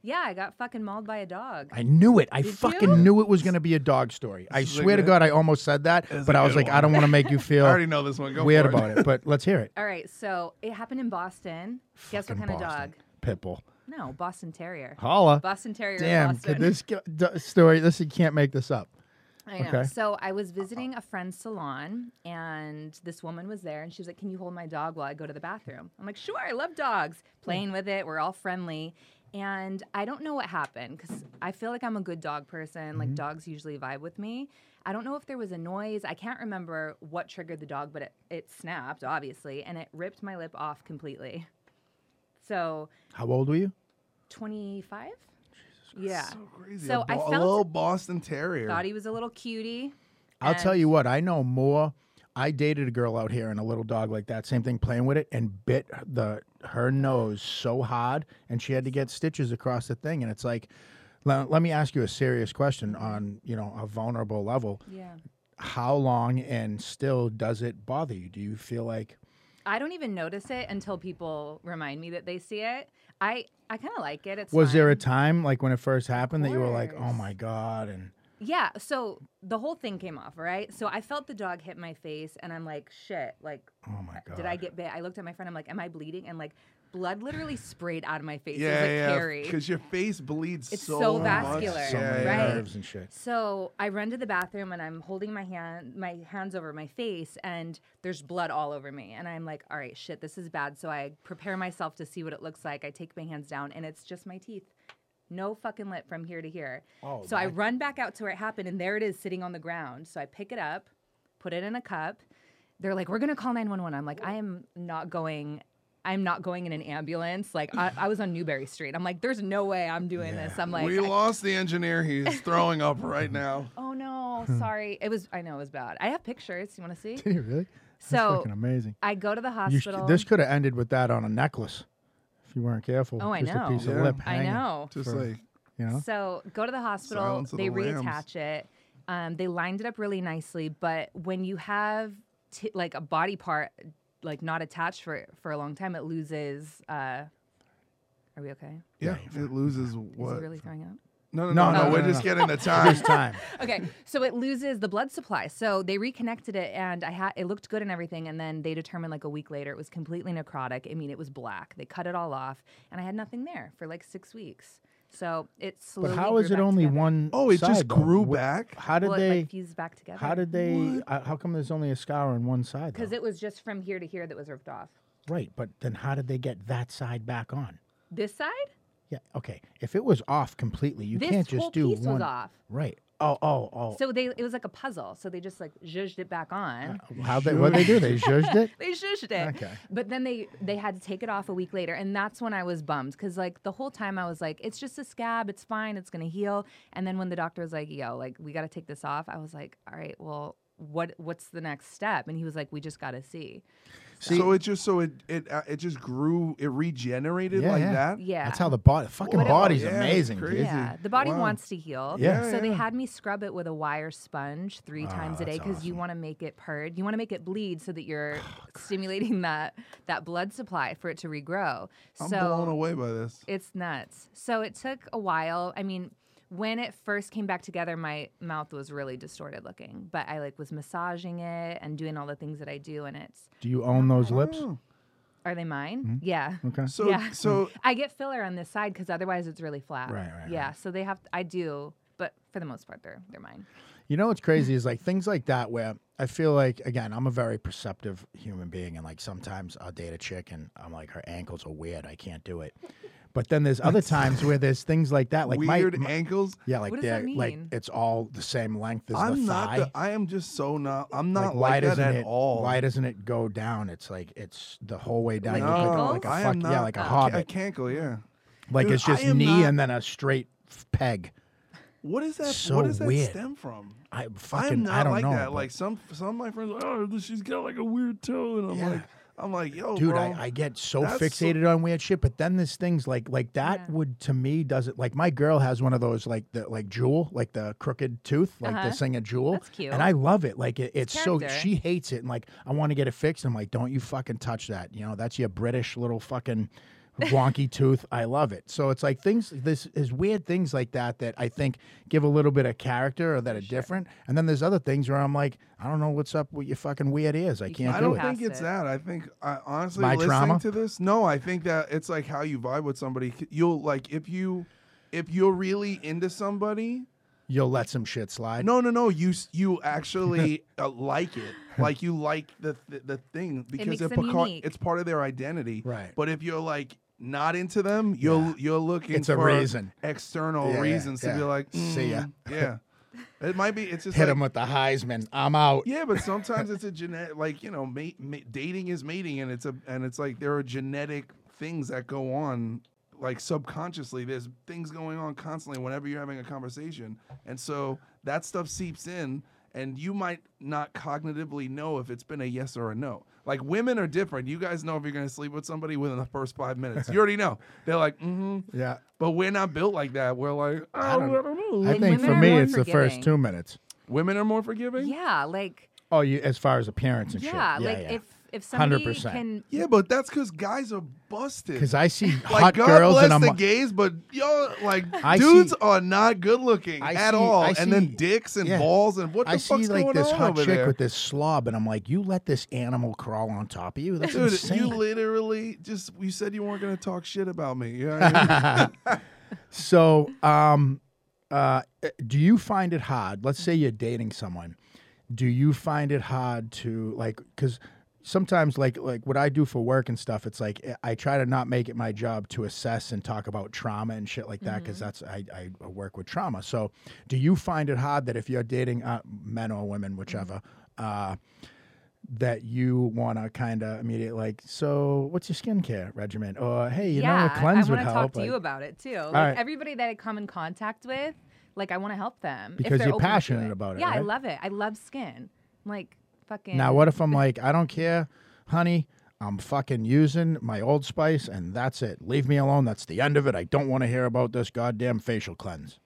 Yeah, I got fucking mauled by a dog.
I knew it. I
Did
fucking
you?
knew it was gonna be a dog story. I
is a
swear to
good-
God I almost said that,
is
but
a
I was
good
like, I
one.
don't want to make you
(laughs) I already
feel
know this one. Go
weird
for it.
about
(laughs)
it. But let's hear it.
All right, so it happened in Boston. (laughs) Guess what
Fucking
kind of dog?
Boston. Pitbull.
No, Boston Terrier.
Holla.
Boston Terrier. in
Damn,
Boston.
could this g- d- story this you can't make this up.
I know.
Okay.
So I was visiting a friend's salon, and this woman was there, and she was like, "Can you hold my dog while I go to the bathroom?" I'm like, "Sure, I love dogs. Playing with it, we're all friendly." And I don't know what happened because I feel like I'm a good dog person.
Mm-hmm.
Like dogs usually vibe with me. I don't know if there was a noise. I can't remember what triggered the dog, but it, it snapped obviously, and it ripped my lip off completely. So
How old were you?
25. Yeah.
So crazy.
So
a,
I
bo- a
felt-
little Boston Terrier.
Thought he was a little cutie.
I'll tell
And-
you what, I know more I dated a girl out here and a little dog like that, same thing, playing with it, and bit the her nose so hard, and she had to get stitches across the thing. And it's like, le- let me ask you a serious question on you know a vulnerable level.
Yeah.
How long and still does it bother you? Do you feel like
I don't even notice it until people remind me that they see it. I I kind of like it. It's
was there a
fine.
time like when it first happened that you were like, oh
course.
my god, and
Yeah, so the whole thing came off, right? So I felt the dog hit my face and I'm like, shit, like
oh my god,
did I get bit? I looked at my friend, I'm like, am I bleeding? And like blood literally sprayed out of my face. it was like
yeah, yeah.
hairy.
Because your face bleeds
It's
so,
so
much.
vascular,
so
yeah,
many
yeah.
right?
nerves and shit? (laughs)
So I run to the bathroom and I'm holding my hand, my hands over my face, and there's blood all over me. And I'm like, all right, shit, this is bad. So I prepare myself to see what it looks like. I take my hands down, and it's just my teeth. No fucking lip from here to here.
Oh,
so I run back out to where it happened, and there it is sitting on the ground. So I pick it up, put it in a cup. They're like, we're gonna call 911. I'm like, I am not going. I'm not going in an ambulance. Like I, I was on Newberry Street. I'm like, there's no way I'm doing this. I'm like,
we
I-
lost the engineer.
(laughs)
He's throwing up right now.
(laughs)
Oh no, sorry. It was I know it was bad. I have pictures. You want to see?
Did you really? That's
So
fucking amazing.
I go to the
You sh-
hospital.
this could have ended with that on a necklace if you weren't careful.
Oh, I
Just
know.
a piece
Yeah.
of lip
I
hanging,
know.
Just
For-
like
You know?
So go to the hospital.
Silence of
They
the lambs.
reattach it. Um, they lined it up really nicely. But when you have t- like a body part like not attached for for a long time, it loses. Uh, are we okay?
yeah, it loses
Is
what?
he really throwing up?
No,
No,
no, no, no.
no,
we're
no,
just
no.
getting the time.
It's
(laughs)
time.
okay, so it loses the blood supply. So they reconnected it, and I had it looked good and everything. And then they determined like a week later it was completely necrotic. I mean, it was black. They cut it all off, and I had nothing there for like six weeks. So it slowly.
But how
grew
is it
back
only
together.
one?
Oh, it just
side, though?
grew
Wh-
back.
How did
Well, it
they?
like fused back together.
How did they? Uh, how come there's only a scar on one side?
Because
though?
it was just from here to here that was ripped off.
right, but then how did they get that side back on?
This side,
Yeah. Okay. If it was off completely, you
this
can't
whole
just do
piece
one.
was off.
Right. Oh. Oh. Oh.
So they it was like a puzzle. So they just like zhuzhed it back on.
how they? What they do?
(laughs)
They judged it.
they shushed it.
Okay.
But then they they had to take it off a week later, and that's when I was bummed because like the whole time I was like, it's just a scab, it's fine, it's gonna heal. And then when the doctor was like, yo, like we gotta take this off, I was like, all right, well, what what's the next step? And he was like, we just gotta see.
so it just so it it uh, it just grew. It regenerated
Yeah,
like
yeah.
that.
Yeah.
That's how the body. Fucking
What it-
body's
Yeah,
amazing.
crazy.
dude.
Yeah, the body
Wow.
wants to heal.
Yeah.
Yeah,
So they
yeah. Ah,
had me scrub it with a wire sponge three times a day
that's
because you want to make it purge. You want to make it bleed so that
(sighs)
you're
Oh,
stimulating that that blood supply for it to regrow.
I'm
so
blown away by this.
It's nuts. So it took a while. I mean, when it first came back together, my mouth was really distorted looking, but I like was massaging it and doing all the things that I do, and it's
Do you own those lips?
Oh.
are they mine? Yeah.
Mm-hmm. Okay.
So
Yeah.
so
I get filler on this side because otherwise it's really flat.
Right, right,
Yeah. So they have I do, but for the most part they're they're mine.
You know what's crazy is like things like that where I feel like again I'm a very perceptive human being and like sometimes I'll date a chick and I'm like her ankles are weird I can't do it, but then there's
(laughs)
other times where there's things like that like my-
weird
my,
ankles.
yeah like
What does that
they're- like
mean?
it's all the same length as
I'm
the
not.
thigh.
The, I am just so not. I'm
like,
not
why
like,
doesn't
that at
it
all.
why doesn't it go down? It's like it's the whole way down.
Like
You look
no,
like, like
I
a
am
fuck,
not.
yeah, like a
I can't- I
hobbit.
can't go. Yeah.
Like
Dude,
it's
I
just
am
knee
not-
and then a straight f- peg.
What is that?
So
what does that
weird.
stem from?
I
I
fucking
am not
don't
like
know.
that.
but-
Like some some of my friends, are like, oh, she's got like a weird toe, and I'm
Yeah.
like, I'm like, yo,
dude
bro.
I, I get so
that's so-
fixated on weird shit but then there's things like like that
Yeah.
would to me does it like my girl has one of those like the like jewel like the crooked tooth like
Uh-huh.
the thing of jewel
That's cute.
and i love it like it, it's so
character.
she hates it and like i want to get it fixed i'm like don't you fucking touch that you know that's your british little fucking
(laughs)
wonky tooth i love it so it's like things this is weird things like that that i think give a little bit of character or that are different and then there's other things where i'm like i don't know what's up with your fucking weird ears i can't
I
do
don't
it
think
Past
it's
it.
that. I think I honestly
My
listening
trauma?
to this. No, I think that it's like how you vibe with somebody. You'll like if you if you're really into somebody.
you'll let some shit slide
No, no, no. You s- you actually
(laughs)
uh, like it. Like you like the th- the thing because
makes
it
them
beca-
unique.
it's part of their identity.
Right.
But if you're like not into them, you'll you're looking
It's a
for
reason.
external
Yeah, yeah,
reasons to be
yeah.
like
See ya.
"Mm,
(laughs)
Yeah. It might be. It's just
hit
like,
him with the Heisman. I'm out.
Yeah, but sometimes it's a genetic, like you know, mate, ma- dating is mating, and it's a and it's like there are genetic things that go on, like subconsciously. There's things going on constantly whenever you're having a conversation, and so that stuff seeps in, and you might not cognitively know if it's been a yes or a no. Like women are different. You guys know if you're going to sleep with somebody within the first five minutes. You already know. They're like, mm-hmm.
Yeah.
But we're not built like that. We're like, oh, I don't, know.
I
Like,
think
women
for
are
me,
more
it's the first
forgiving.
two minutes.
Women are more forgiving.
Yeah, like
Oh, you as far as appearance and shit.
yeah, like if if somebody
100%.
can
Yeah, but that's because guys are busted.
because I see
(laughs) like
hot
God
girls
bless
and I'm
the gays, but yo, like
I
dudes
see-
are not good looking
I
at
see-
all.
I
and then
see-
dicks and
yeah.
balls and what the
I see
fuck's
like
going
this
on
hot
over
chick
there?
with this slob, and I'm like, you let this animal crawl on top of you? That's
Dude,
insane.
you literally just you said you weren't gonna talk shit about me. You know
(laughs)
what I mean?
So, um, uh, do you find it hard? Let's say you're dating someone. Do you find it hard to like? Because sometimes, like like what I do for work and stuff, it's like eh, I I try to not make it my job to assess and talk about trauma and shit like that because
Mm-hmm.
that's I, I work with trauma. So, do you find it hard that if you're dating uh, men or women, whichever? Uh, that you want to kind of immediate like so what's your skincare regimen or hey you know
yeah,
a cleanse
I
would
want to
help
talk to
like-
you about it too. Like
right.
everybody that I come in contact with, like I want to help them
Because
if they're
you're
open to
passionate about it,
Yeah, I
right?
love it. I love skin. I'm like fucking. (laughs)
Now, what if I'm like, I don't care, honey, I'm fucking using my Old Spice and that's it. Leave me alone. That's the end of it. I don't want to hear about this goddamn facial cleanse.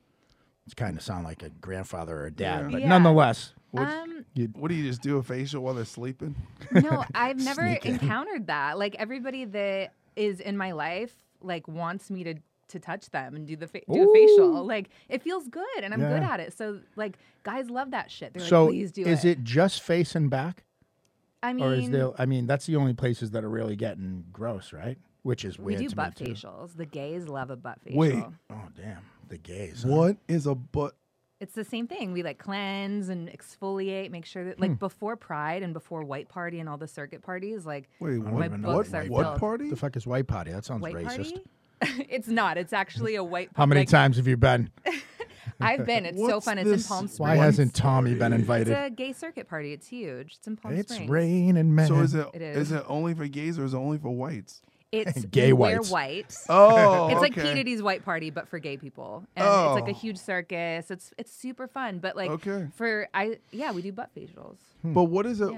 It's kind of sound like a grandfather or a dad,
Yeah.
but
Yeah.
nonetheless, (laughs)
Um,
What do you just do a facial while they're sleeping?
no, I've never
Sneak in.
encountered that. Like everybody that is in my life, like wants me to to touch them and do the fa- do a facial. Like it feels good, and I'm good
Yeah.
at it. So like guys love that shit. They're
so
like, please do
is it just face and back,
I mean,
or is there? I mean, that's the only places that are really getting gross, right? Which is
we
weird.
do
to
butt
me too.
facials. The gays love a butt facial.
Wait.
Oh damn, the gays. huh?
What is a butt?
It's the same thing. We like cleanse and exfoliate, make sure that like
Hmm.
before Pride and before White Party and all the circuit parties, like
Wait,
don't
what?
even know
What,
what
what,
white
party-
party?
The fuck is white party? That sounds
White
racist.
Party. (laughs) it's not. It's actually a white.
How many
like,
times have you been?
I've been. It's so
What's
fun. It's in
this?
Palm Springs.
Why hasn't Tommy been
It's
invited?
a gay circuit party. It's huge. It's in Palm
It's
Springs.
raining, man.
So is it,
It
is.
is.
it only for gays or is it only
(laughs)
for whites?
It's
Gay
we're
whites.
white.
Oh,
It's like P
okay.
Diddy's white party, but for gay people, and it's like
Oh.
a huge circus. It's it's super fun, but like
Okay.
for I yeah we do butt facials
Hmm.
But what is it?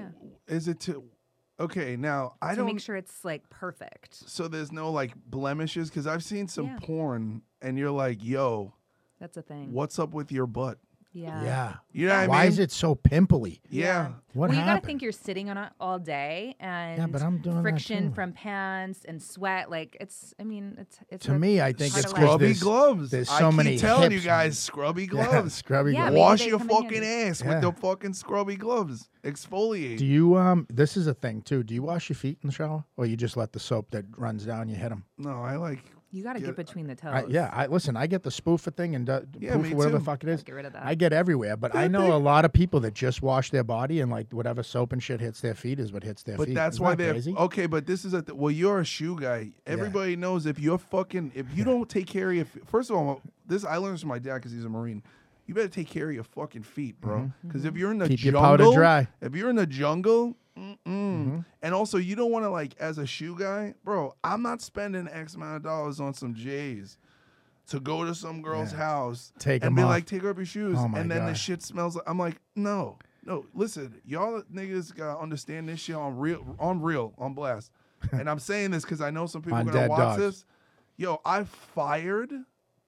Is
Yeah.
it to? Okay, now I
to
don't.
make sure it's like perfect.
So there's no like blemishes because I've seen some
Yeah.
porn and you're like, yo,
That's a thing.
what's up with your butt?
Yeah.
yeah.
You know what I
Why
mean?
is it so pimply?
Yeah.
What
well, you
happened?
gotta think you're sitting on it all day, and
but I'm doing that
friction
too.
from pants and sweat. Like it's, I mean, it's it's
to
a-
me, I think it's
Hard to like.
because
Scrubby
there's,
gloves.
there's
I
so
keep
many
telling
hips.
you guys, scrubby
(laughs) yeah,
gloves.
scrubby
Yeah,
gloves.
maybe
Wash
they
your
come in
fucking
handy.
ass with the
Yeah.
fucking scrubby gloves. Exfoliate.
Do you um? This is a thing too. Do you wash your feet in the shower, or you just let the soap that runs down you hit them?
no, I like.
you gotta
Yeah,
get between the toes.
I, yeah, I listen. I get the spoofer thing and do,
Yeah,
poof,
me
whatever
too.
the fuck it is.
Get rid of that.
I get everywhere, but I know a lot of people that just wash their body and like whatever soap and shit hits their feet is what hits their
But
feet.
that's
Isn't
why
that
they're
crazy?
okay. But this is a th- well, you're a shoe guy. Everybody knows if you're fucking if you don't take care of your f- first of all, this I learned this from my dad because he's a marine. You better take care of your fucking feet, bro. Because if you're in the
Mm-hmm. Keep your
jungle,
powder dry. Mm-hmm.
if you're in the jungle, mm-mm. and also you don't want to like as a shoe guy, bro. I'm not spending X amount of dollars on some J's. To go to some girl's house
Take
and
'em
be
off.
like, take off your shoes,
Oh my
and then the
God.
shit smells. like I'm like, no, no. Listen, y'all niggas gotta understand this shit on real, on real, on blast.
(laughs)
and I'm saying this because I know some people
On
gonna
dead
watch
dogs.
this. Yo, I fired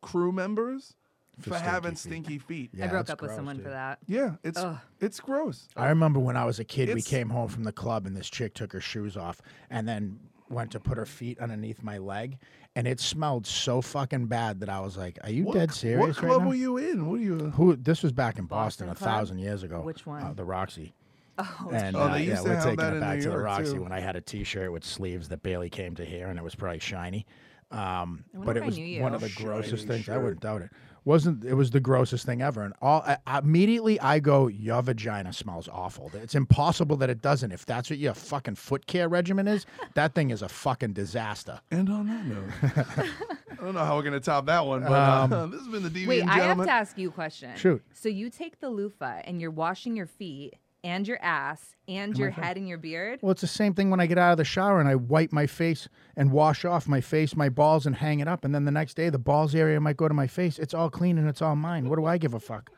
crew members for,
stinky
having
feet.
stinky feet.
Yeah,
I broke
that's
up with
gross,
someone
dude.
for that.
Yeah, it's
Ugh.
it's gross.
I remember when I was a kid, we
It's-
came home from the club and this chick took her shoes off and then went to put her feet underneath my leg, and it smelled so fucking bad that I was like, "Are you
What,
dead
cl-
serious
What
right
club
now?"
were you in? What are you?
Who? This was back in Boston,
Boston
a
club?
thousand years ago.
Which
Uh,
one?
the Roxy.
(laughs) Oh,
And
Oh,
uh,
they
yeah,
used to
we're
have
taking
that
it
in
back
New
to the
York,
Roxy
too.
when I had a T-shirt with sleeves that barely came to here, and it was probably shiny. Um,
wonder
but
if
it
I
was
knew
one
you.
of the grossest
Shiny
things. I
shirt.
wouldn't doubt it. Wasn't it was the grossest thing ever? And all I, I- immediately I go, your vagina smells awful. It's impossible that it doesn't. If that's what your fucking foot care regimen is, that thing is a fucking disaster.
And on that note,
(laughs)
I don't know how we're gonna top that one, but
Um,
uh, (laughs) this has been the DV
Wait,
and
I have
gentlemen.
to ask you a question.
Shoot.
So you take the loofah and you're washing your feet and your ass and your head and your beard.
Well, it's the same thing when I get out of the shower and I wipe my face and wash off my face, my balls, and hang it up. And then the next day, the balls area might go to my face. It's all clean and it's all mine. What do I give a fuck?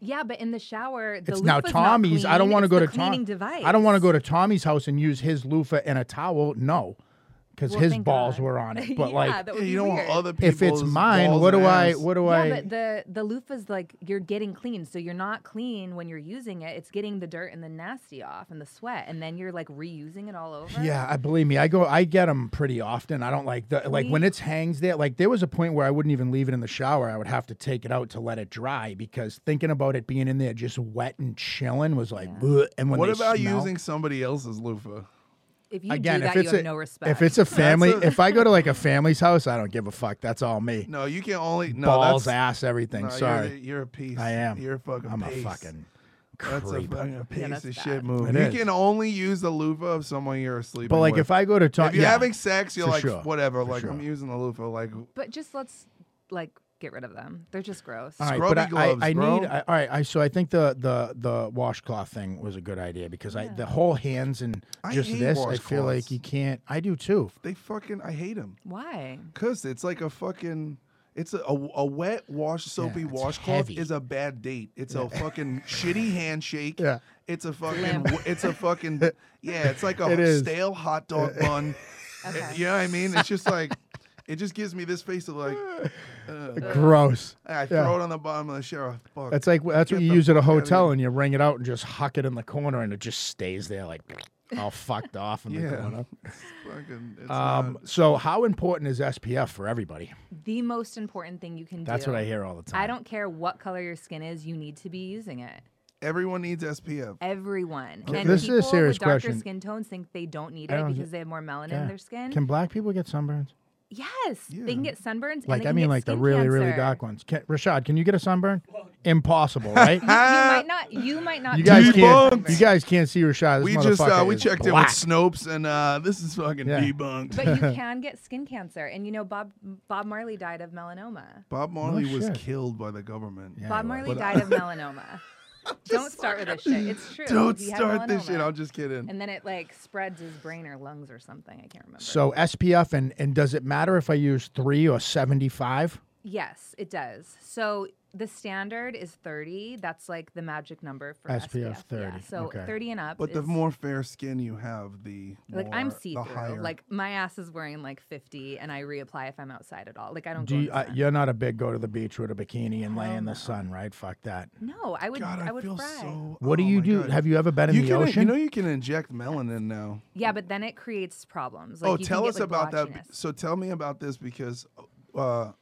Yeah, but in the shower, the
It's now
loofah's not
Tommy's. I don't
clean,
want to
it's
go
the
to
cleaning
Tom.
device.
I don't want to go to Tommy's house and use his loofah and a towel. No, because
Well,
his
thank
balls
God.
were on
(laughs)
it. But
yeah,
like,
that
Yeah,
would be
you don't
weird.
want other
if
people's
it's mine,
balls
what
and
do I?
ass.
What do
Yeah,
I?
but the the loofah's like you're getting clean, so you're not clean when you're using it. It's getting the dirt and the nasty off and the sweat, and then you're like reusing it all over.
Yeah, I believe me. I go, I get them pretty often. I don't like the like when
We-
it's hangs there. Like there was a point where I wouldn't even leave it in the shower. I would have to take it out to let it dry because thinking about it being in there just wet and chilling was like. "Bleh," And when
What
they
about
smell-
using somebody else's loofah?
If you
again?
do that,
if it's
you have
a,
no respect.
if it's a family,
a-
if I go to like a family's house, I don't give a fuck. That's all me.
No, you can only no
Balls,
that's,
ass, everything.
no,
Sorry,
you're, you're a piece.
I am.
You're a fucking.
I'm a
piece.
fucking
That's
creep.
a fucking piece
that's
of
bad.
shit move.
It
you
is.
can only use the loofah of someone you're sleeping.
but like,
with.
if I go to talk,
if you're
yeah,
having sex, you're
for
like
sure,
whatever.
for
Like I'm
sure.
using the loofah. Like
but just let's like get rid of them. They're just gross.
All right,
Scrubby
but I,
gloves,
I, I
bro.
need. I, all right, I, so I think the the the washcloth thing was a good idea because I the whole hands and
I
just
hate
this. I feel like
washcloths.
you can't. I do too.
they fucking. I hate them
Why?
because it's like a fucking. It's a, a, a wet wash soapy
it's
washcloth
heavy.
is a bad date. It's a fucking shitty handshake.
Yeah.
It's a fucking.
Limp.
w- It's a fucking. Yeah, it's like
(laughs)
a
It is.
stale
(laughs)
hot dog bun.
Okay.
You know what I mean? It's just like. It just gives me this face of
(laughs)
like.
Gross.
I throw it on the bottom of the shower. Fuck.
That's like that's what
Get
you
the
use at a
fuck outta
hotel, and you wring it out and just huck it in the corner, and it just stays there
(laughs)
like all fucked off in the
Yeah.
corner.
fucking. It's
Um,
not-
so, how important is SPF for everybody?
The most important thing you can do.
That's what I hear all the time.
I don't care what color your skin is. You need to be using it.
everyone needs SPF.
Everyone. And
This is a
people
serious
with darker
question.
skin tones think they don't need
I don't
it
get-
because they have more melanin
Yeah.
in their skin.
Can black people get sunburns?
yes, they can get sunburns. and
Like
they
I
can
mean,
get
like the
skin
really really
cancer.
dark ones. Can, Rashad, can you get a sunburn? Impossible,
(laughs)
right?
You
Ah.
might not. You might not.
You
get
guys
that
can't.
sunburn.
You guys can't see your shot. This
we just uh,
motherfucker
we
is
checked
black.
in with Snopes and uh, this is fucking
Yeah.
debunked.
But you can get skin cancer, and you know Bob Bob Marley died of melanoma.
Bob Marley was
shit.
killed by the government.
Bob
he
Marley died
(laughs)
of melanoma. Don't start with this shit. It's true.
Don't
He had
start this shit.
melanoma.
I'm just kidding.
And then it like spreads his brain or lungs or something. I can't remember.
So SPF and and does it matter if I use three or seventy five?
yes, it does. So the standard is 30. That's like the magic number for
SPF
SPF.
30,
Yeah. So
okay.
30 and up.
But the
is-
more fair skin you have, the
like
more,
I'm
the
see through.
higher.
Like my ass is wearing like 50, and I reapply if I'm outside at all. Like I don't.
Do
go
you, uh,
inside.
you're not a big go to the beach with a bikini and lay in the sun, right? Fuck that.
No, I would.
God, I,
I, would
feel
fry.
so.
What do
oh
you
my
do?
God.
Have you ever been in
you
the
can,
ocean?
You know you can inject melanin now.
Yeah, but then it creates problems. Like,
oh,
you can
tell
get,
us
like,
about that.
blotchiness.
So tell me about this because uh,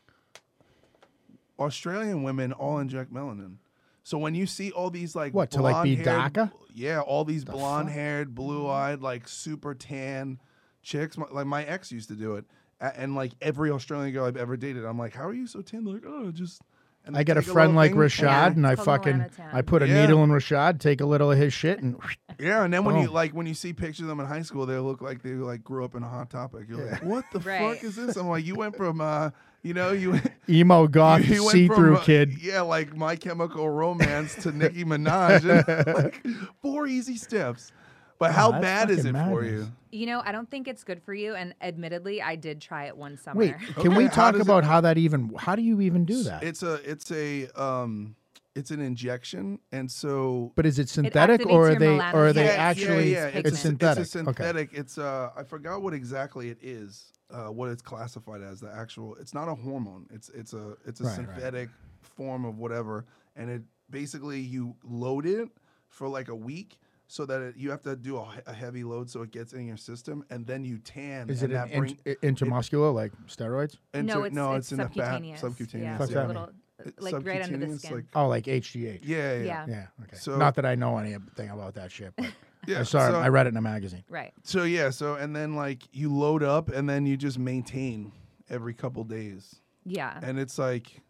Australian women all inject melanin. So when you see all these like
What, to, like, be
blonde-haired-
darker?
Yeah, all these blonde haired, blue eyed, like super tan chicks. My, like my ex used to do it, A- and like every Australian girl I've ever dated, I'm like, how are you so tan? They're like, oh, just. And
I
they
get a
take
friend
little
like
thing-
Rashad,
Yeah,
and I
it's called
fucking
melanotan.
I put a
Yeah.
needle in Rashad, take a little of his shit,
(laughs)
and
Yeah, and then when you
Boom.
like when you see pictures of them in high school, they look like they like grew up in a hot topic. You're like, what the
Right.
fuck is this? I'm like, you went from uh, you know, you
(laughs) emo
(laughs)
goth
He went
see through
from, uh,
kid.
Yeah, like My Chemical Romance to
(laughs)
Nicki Minaj. and, like, four easy steps. But how
Oh, that's
bad is it
fucking
for
madness.
you?
You know, I don't think it's good for you. And admittedly, I did try it one summer.
Wait, can
Okay,
we
how
talk
does it-
about how that even? How do you even do that?
It's a it's a um it's an injection, and so
But is it synthetic or
activates
are
your
they
melanin.
or are
Yeah,
they
yeah,
actually
yeah, yeah,
it's,
a-
synthetic?
It's a
Okay.
synthetic. It's uh I forgot what exactly it is. Uh, what it's classified as the actual. It's not a hormone. It's it's a it's a
Right, right.
synthetic form of whatever, and it basically you load it for like a week. So that it, you have to do a, he- a heavy load, so it gets in your system, and then you tan.
Is it
and
an
that
int- i- intramuscular like steroids?
(laughs) no,
inter-
it's,
no,
it's,
in the fat
subcutaneous.
subcutaneous.
Yeah,
Fuck
it's
that
a little,
It's
like right under the
subcutaneous,
skin.
like-
Oh, like HGH.
yeah, yeah, yeah.
yeah.
Yeah. Okay.
So-
Not that I know anything about that shit. (laughs) But
Yeah,
I saw.
so-
it, I read it in a magazine.
Right.
So yeah, so and then like you load up and then you just maintain every couple days.
Yeah.
And it's like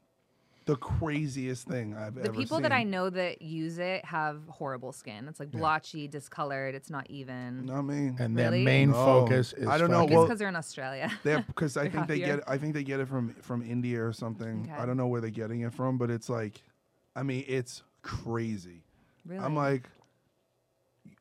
the craziest thing I've
the
ever
people
seen.
that I know that use it have horrible skin. It's like blotchy, discolored. It's not even.
Not me.
And their
Really?
main
No.
focus is.
I don't know,
fucking-
well-
it's because they're in Australia. (laughs)
They're because I think they
happier.
get I think they get it from from India or something.
Okay.
I don't know where they're getting it from, but it's like I mean, it's crazy.
really.
I'm like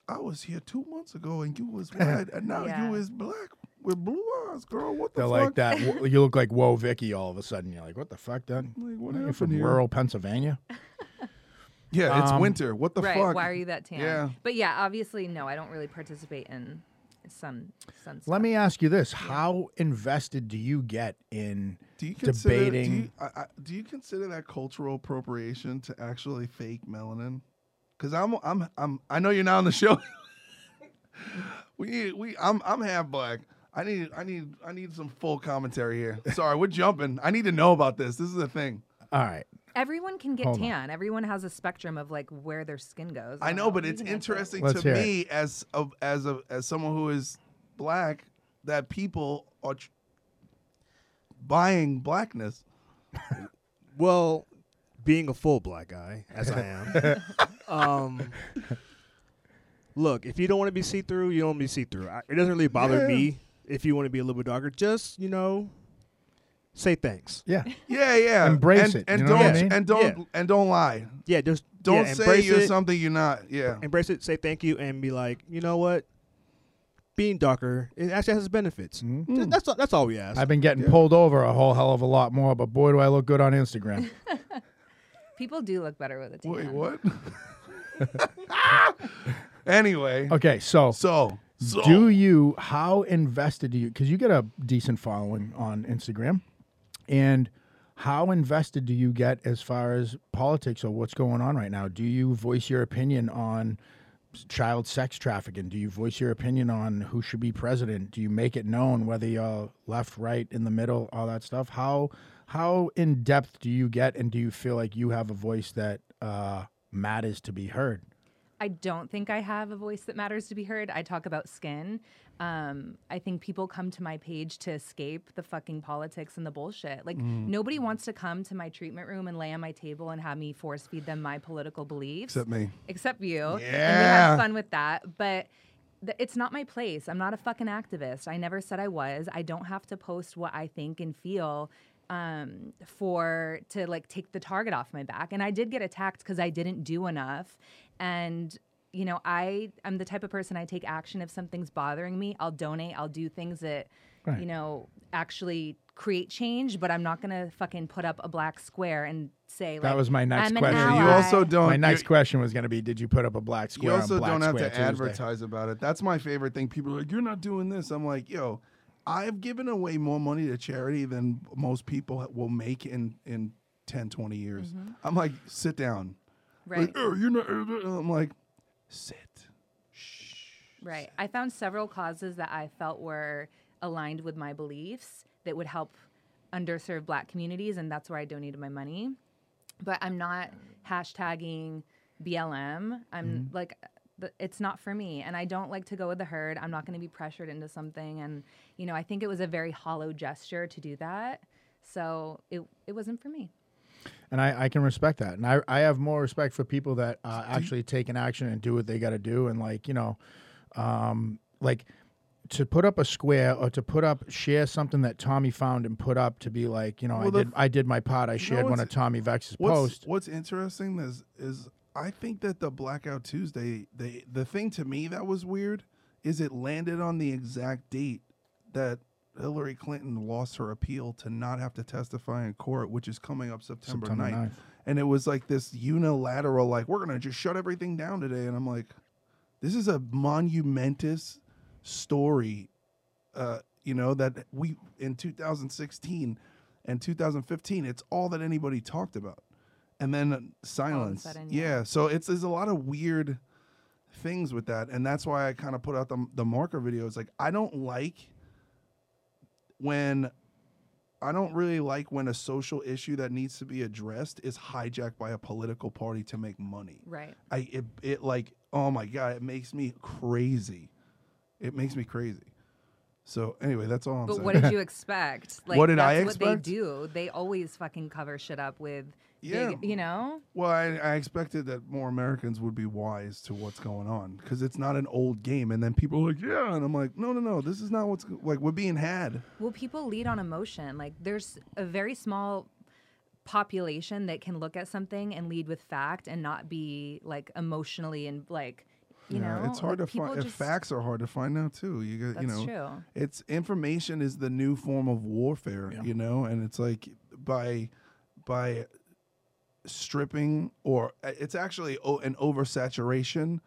I was here two months ago and
(laughs)
you was white and now
Yeah.
you is black with blue eyes, girl. What the
they're
fuck?
like that. wo- You look like Whoa Vicky all of a sudden. You're like, what the fuck, Dad?
Like, what
You're
happened
from
here?
rural Pennsylvania.
Yeah, it's
Um,
winter. What the
right.
fuck?
Why are you that tan?
Yeah.
But yeah, obviously, no, I don't really participate in sun sun.
Let me ask you this: How invested do you get in
do you consider,
debating?
Do you, I, I, do you consider that cultural appropriation to actually fake melanin? Because I'm, I'm, I'm. I know you're not on the show. (laughs) we, we. I'm, I'm half black. I need, I need, I need some full commentary
(laughs)
here. Sorry, we're jumping. I need to know about this. This is the thing.
All right,
Everyone can get
Hold on.
tan. Everyone has a spectrum of like where their skin goes.
I
don't
know, but
You
it's
can answer.
interesting
Let's
to
hear it.
me as a, as a as someone who is black that people are tr- buying blackness.
Well, being a full black guy, as I
(laughs)
am, um, look, if you don't want to be see through, you don't want to be see through. It doesn't really bother
Yeah.
me if you want to be a little bit darker. Just, you know, say thanks.
(laughs)
yeah,
Yeah, yeah.
Embrace
and,
it,
and
you know
don't
what I mean?
and don't and don't lie.
Yeah, just yeah,
Don't say
embrace
you're
it,
something you're not. Yeah.
Embrace it, say thank you, and be like, you know what? Being darker, it actually has benefits.
Mm-hmm.
Just- That's, all, that's all we ask.
I've been getting pulled over a whole hell of a lot more, but boy, do I look good on
(laughs)
Instagram.
People do look better with a tan.
Wait,
(laughs)
what? anyway,
Okay, so,
so so
do you? How invested do you? Because you get a decent following on Instagram, and how invested do you get as far as politics or what's going on right now? Do you voice your opinion on? s- Child sex trafficking? Do you voice your opinion on who should be president? Do you make it known whether you're left, right, in the middle, all that stuff? How how in depth do you get, and do you feel like you have a voice that uh, matters to be heard?
I don't think I have a voice that matters to be heard. I talk about skin. Um, I think people come to my page to escape the fucking politics and the bullshit. Like
Mm.
nobody wants to come to my treatment room and lay on my table and have me force feed them my political beliefs.
except me.
except you. And we
Yeah.
had fun with that. But th- it's not my place. I'm not a fucking activist. I never said I was. I don't have to post what I think and feel um for to like take the target off my back and i did get attacked because i didn't do enough and you know i am the type of person i take action if something's bothering me i'll donate i'll do things that
Right.
you know actually create change but i'm not gonna fucking put up a black square and say like
That was my next
I'm an
question.
You
ally.
also don't.
My next
you-
question was going to be, did you put up a black square?
You also
on black
don't have
Square
to
Tuesday?
advertise about it. That's my favorite thing. People are like, you're not doing this. I'm like, yo, I've given away more money to charity than most people will make in, in 10, 20 years. I'm like, sit down.
right
Like, "Oh, you're not. uh, uh," I'm like, sit.
Right. I found several causes that I felt were aligned with my beliefs that would help underserved black communities, and that's where I donated my money. But I'm not hashtagging BLM. I'm
Mm-hmm.
like, th- it's not for me, and I don't like to go with the herd. I'm not going to be pressured into something, and you know, I think it was a very hollow gesture to do that. So it it wasn't for me.
And I, I can respect that. And I, I have more respect for people that uh, actually take an action and do what they got to do. And like, you know, um, like to put up a square or to put up, share something that Tommy found and put up to be like, you know, I
Well, the-
did, I did my part. I shared one
what's-
of Tommy Vex's
What's,
posts.
what's interesting is, is I think that the Blackout Tuesday, they, the thing to me that was weird is it landed on the exact date that Hillary Clinton lost her appeal to not have to testify in court, which is coming up September,
September
9th.
9th.
And it was like this unilateral, like, we're going to just shut everything down today. And I'm like, this is a monumentous story, uh, you know, that we in 2016 and 2015, it's all that anybody talked about. And then silence.
sudden,
yeah.
yeah.
So it's there's a lot of weird things with that. And that's why I kind of put out the, the marker videos. Like, I don't like when I don't really like when a social issue that needs to be addressed is hijacked by a political party to make money.
Right.
I it, it like oh my god, it makes me crazy. It makes me crazy. So anyway, that's all I'm
But
saying.
what did you expect? Like,
What did
that's
I
What
expect?
they do. They always fucking cover shit up with.
Yeah.
Big, you know.
(laughs) well, I, I expected that more Americans would be wise to what's going on because it's not an old game. And then people are like, yeah, and I'm like, no, no, no, this is not what's go- like we're being had.
Well, people lead on emotion. Like there's a very small population that can look at something and lead with fact and not be like emotionally and like you know.
it's hard
like,
to find.
people
If
just-
Facts are hard to find now too. You got
That's
you know.
true.
it's information is the new form of warfare you know and it's like by by stripping or uh, it's actually o- an oversaturation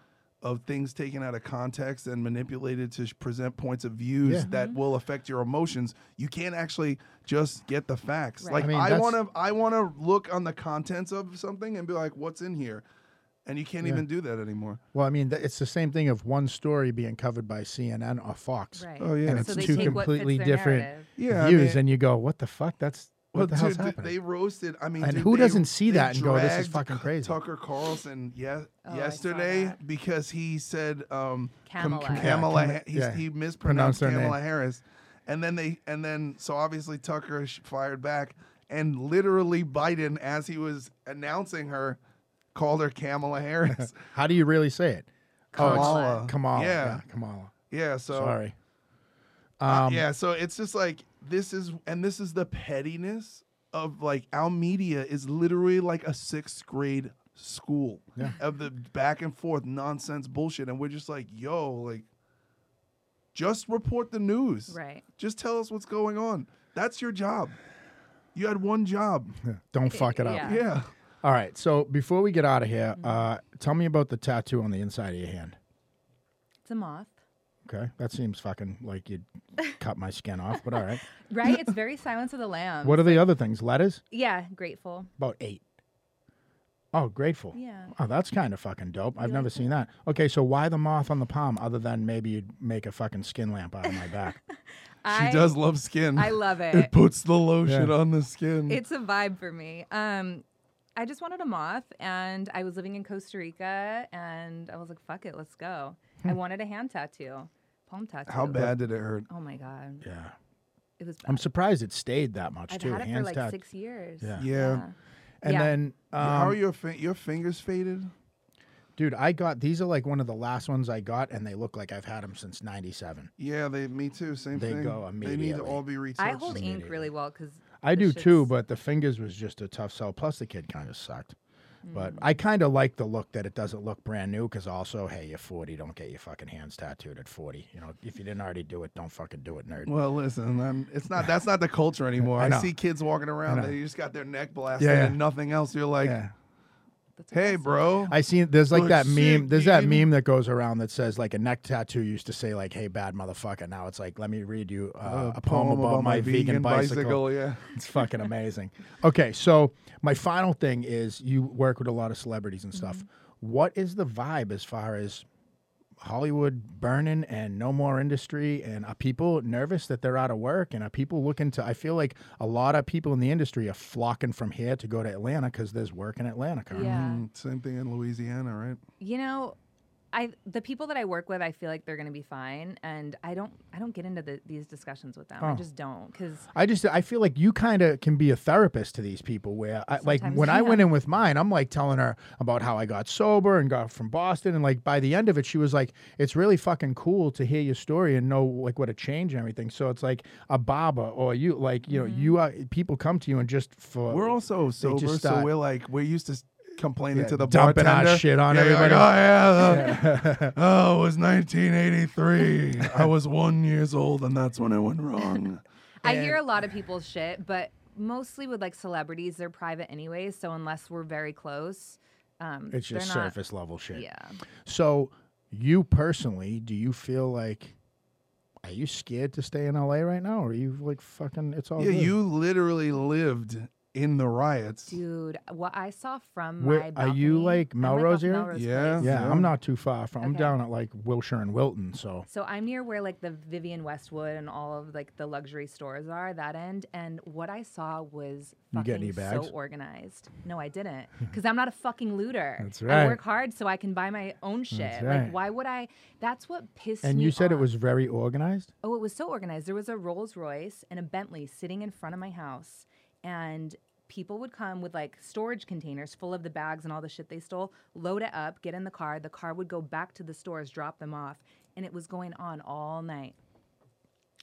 of things taken out of context and manipulated to sh- present points of views
Yeah. Mm-hmm.
that will affect your emotions. You can't actually just get the facts.
Right.
Like
I
I,
mean, that's-
want to I want to look on the contents of something and be like what's in here. And you can't even do that anymore.
Well, I mean, th- it's the same thing of one story being covered by CNN or Fox.
Right.
Oh, yeah.
And
so
it's
they
two
take what fits
completely
their
different
narrative.
Yeah. I
views,
mean-
and you go, "What the fuck? That's what
Well,
the hell's
dude, th-
happening?"
They roasted. I mean,
And
dude,
who
they-
doesn't see
they
that and go, "This is
dragged
fucking
C-
crazy"?
Tucker Carlson, yeah,
Oh, I saw
yesterday
that.
because he said um,
Kamala. Yeah,
Kamala.
Kam-
he,
yeah.
he
Pronounced
mispronounced
her
Kamala
name.
Harris, and then they and then so obviously Tucker sh- fired back, and literally Biden, as he was announcing her, called her Kamala Harris. (laughs)
How do you really say it? Oh,
Kamala.
Kamala.
Yeah.
Yeah, Kamala.
yeah. So
Sorry.
Uh,
Um,
yeah, so it's just like this is, and this is the pettiness of like our media is literally like a sixth grade school of the back and forth nonsense bullshit, and we're just like, yo, like, just report the news,
Right.
Just tell us what's going on. That's your job. You had one job.
(laughs) Don't fuck it up.
yeah. Mm-hmm.
Yeah.
All right. So before we get out of here, uh, tell me about the tattoo on the inside of your hand.
It's a moth.
Okay, that seems fucking like
(laughs)
you'd cut my skin off, but all right.
Right? It's very Silence of the Lambs.
What are the other things? Letters?
Yeah, grateful.
About eight. Oh, grateful.
Yeah.
Oh, that's kind of fucking dope. I've never seen that. Okay, so why the moth on the palm other than maybe you'd make a fucking skin lamp out of my
(laughs)
back?
I,
she does love skin.
I love it.
(laughs) it puts the lotion
Yeah.
on the skin.
It's a vibe for me. Um, I just wanted a moth, and I was living in Costa Rica, and I was like, "Fuck it, let's go."
Hmm.
I wanted a hand tattoo, palm tattoo.
How bad did it hurt?
Oh my god,
yeah.
it was. Bad.
I'm surprised it stayed that much
I've
too.
had it for
Hands
like
tat-
six years.
Yeah.
Yeah.
And
yeah.
then um,
How are your fi- your fingers faded?
dude, I got these are like one of the last ones I got and they look like I've had them since 97.
Yeah, they me too. Same
They
thing.
go
They need to
immediately.
all be
I
retouched.
hold ink really well because
I do too, but the fingers was just a tough sell. Plus, the kid kind of sucked. But I kind of like the look that it doesn't look brand new because also, hey, you're 40. Don't get your fucking hands tattooed at 40. You know, if you didn't already do it, don't fucking do it, nerd.
Well, listen, I'm, it's not that's not the culture
(laughs)
anymore.
I
I,
know.
see kids walking around,
know.
they just got their neck blasted
Yeah, yeah.
and nothing else. You're like,
Yeah.
hey, bro,
I seen there's like
Look
that meme.
sick,
There's that
dude.
meme that goes around that says like a neck tattoo used to say like, "Hey, bad motherfucker." Now it's like, let me read you uh, a poem, about, my vegan, bicycle.
Yeah,
(laughs) It's fucking amazing. Okay, so my final thing is you work with a lot of celebrities and stuff. What is the vibe as far as Hollywood burning and no more industry? And are people nervous that they're out of work? And are people looking to? I feel like a lot of people in the industry are flocking from here to go to Atlanta because there's work in Atlanta currently.
yeah.
Mm, same thing in Louisiana, right?
You know, I the people that I work with, I feel like they're gonna be fine, and I don't I don't get into the, these discussions with
Oh.
them. I just don't because
I just I feel like you kind of can be a therapist to these people. Where I, like
Sometimes,
when I went
yeah.
in with mine, I'm like telling her about how I got sober and got from Boston, and like by the end of it, she was like, "It's really fucking cool to hear your story and know like what a change and everything." So it's like a Baba or you, like you
Mm-hmm.
know, you are people come to you and just for
We're also sober, so
start-
we're like, we're used to s- complaining
Yeah,
to the
dumping our
bartender.
shit on
Yeah, you're
everybody.
Like, oh yeah, the- (laughs) oh, it was 1983. I was one years old, and that's when it
(laughs)
went wrong.
I hear a lot of people's shit, but mostly with like celebrities, they're private anyways. So unless we're very close, um,
it's
they're
just
not-
surface level shit.
Yeah.
So you personally, do you feel like? Are you scared to stay in LA right now? Or are you like fucking? It's all
Yeah,
good?
you literally lived in the riots.
Dude, what I saw from
Where-
my
are you,
balcony-
like,
I'm,
Melrose
off
area?
Melrose
Yeah.
Place.
Yeah,
Yeah.
I'm not too far from. I'm
Okay.
down at like Wilshire and Wilton, so
So I'm near where like the Vivian Westwood and all of like the luxury stores are that end. And what I saw was
You get
fucking
any bags?
so organized. No, I didn't, because I'm not a fucking looter.
That's
I
right.
work hard so I can buy my own shit.
right.
Like, why would I? That's what pissed me.
And you said it
off.
was very organized.
Oh, it was so organized. There was a Rolls Royce and a Bentley sitting in front of my house, and people would come with like storage containers full of the bags and all the shit they stole, load it up, get in the car. The car would go back to the stores, drop them off, and it was going on all night.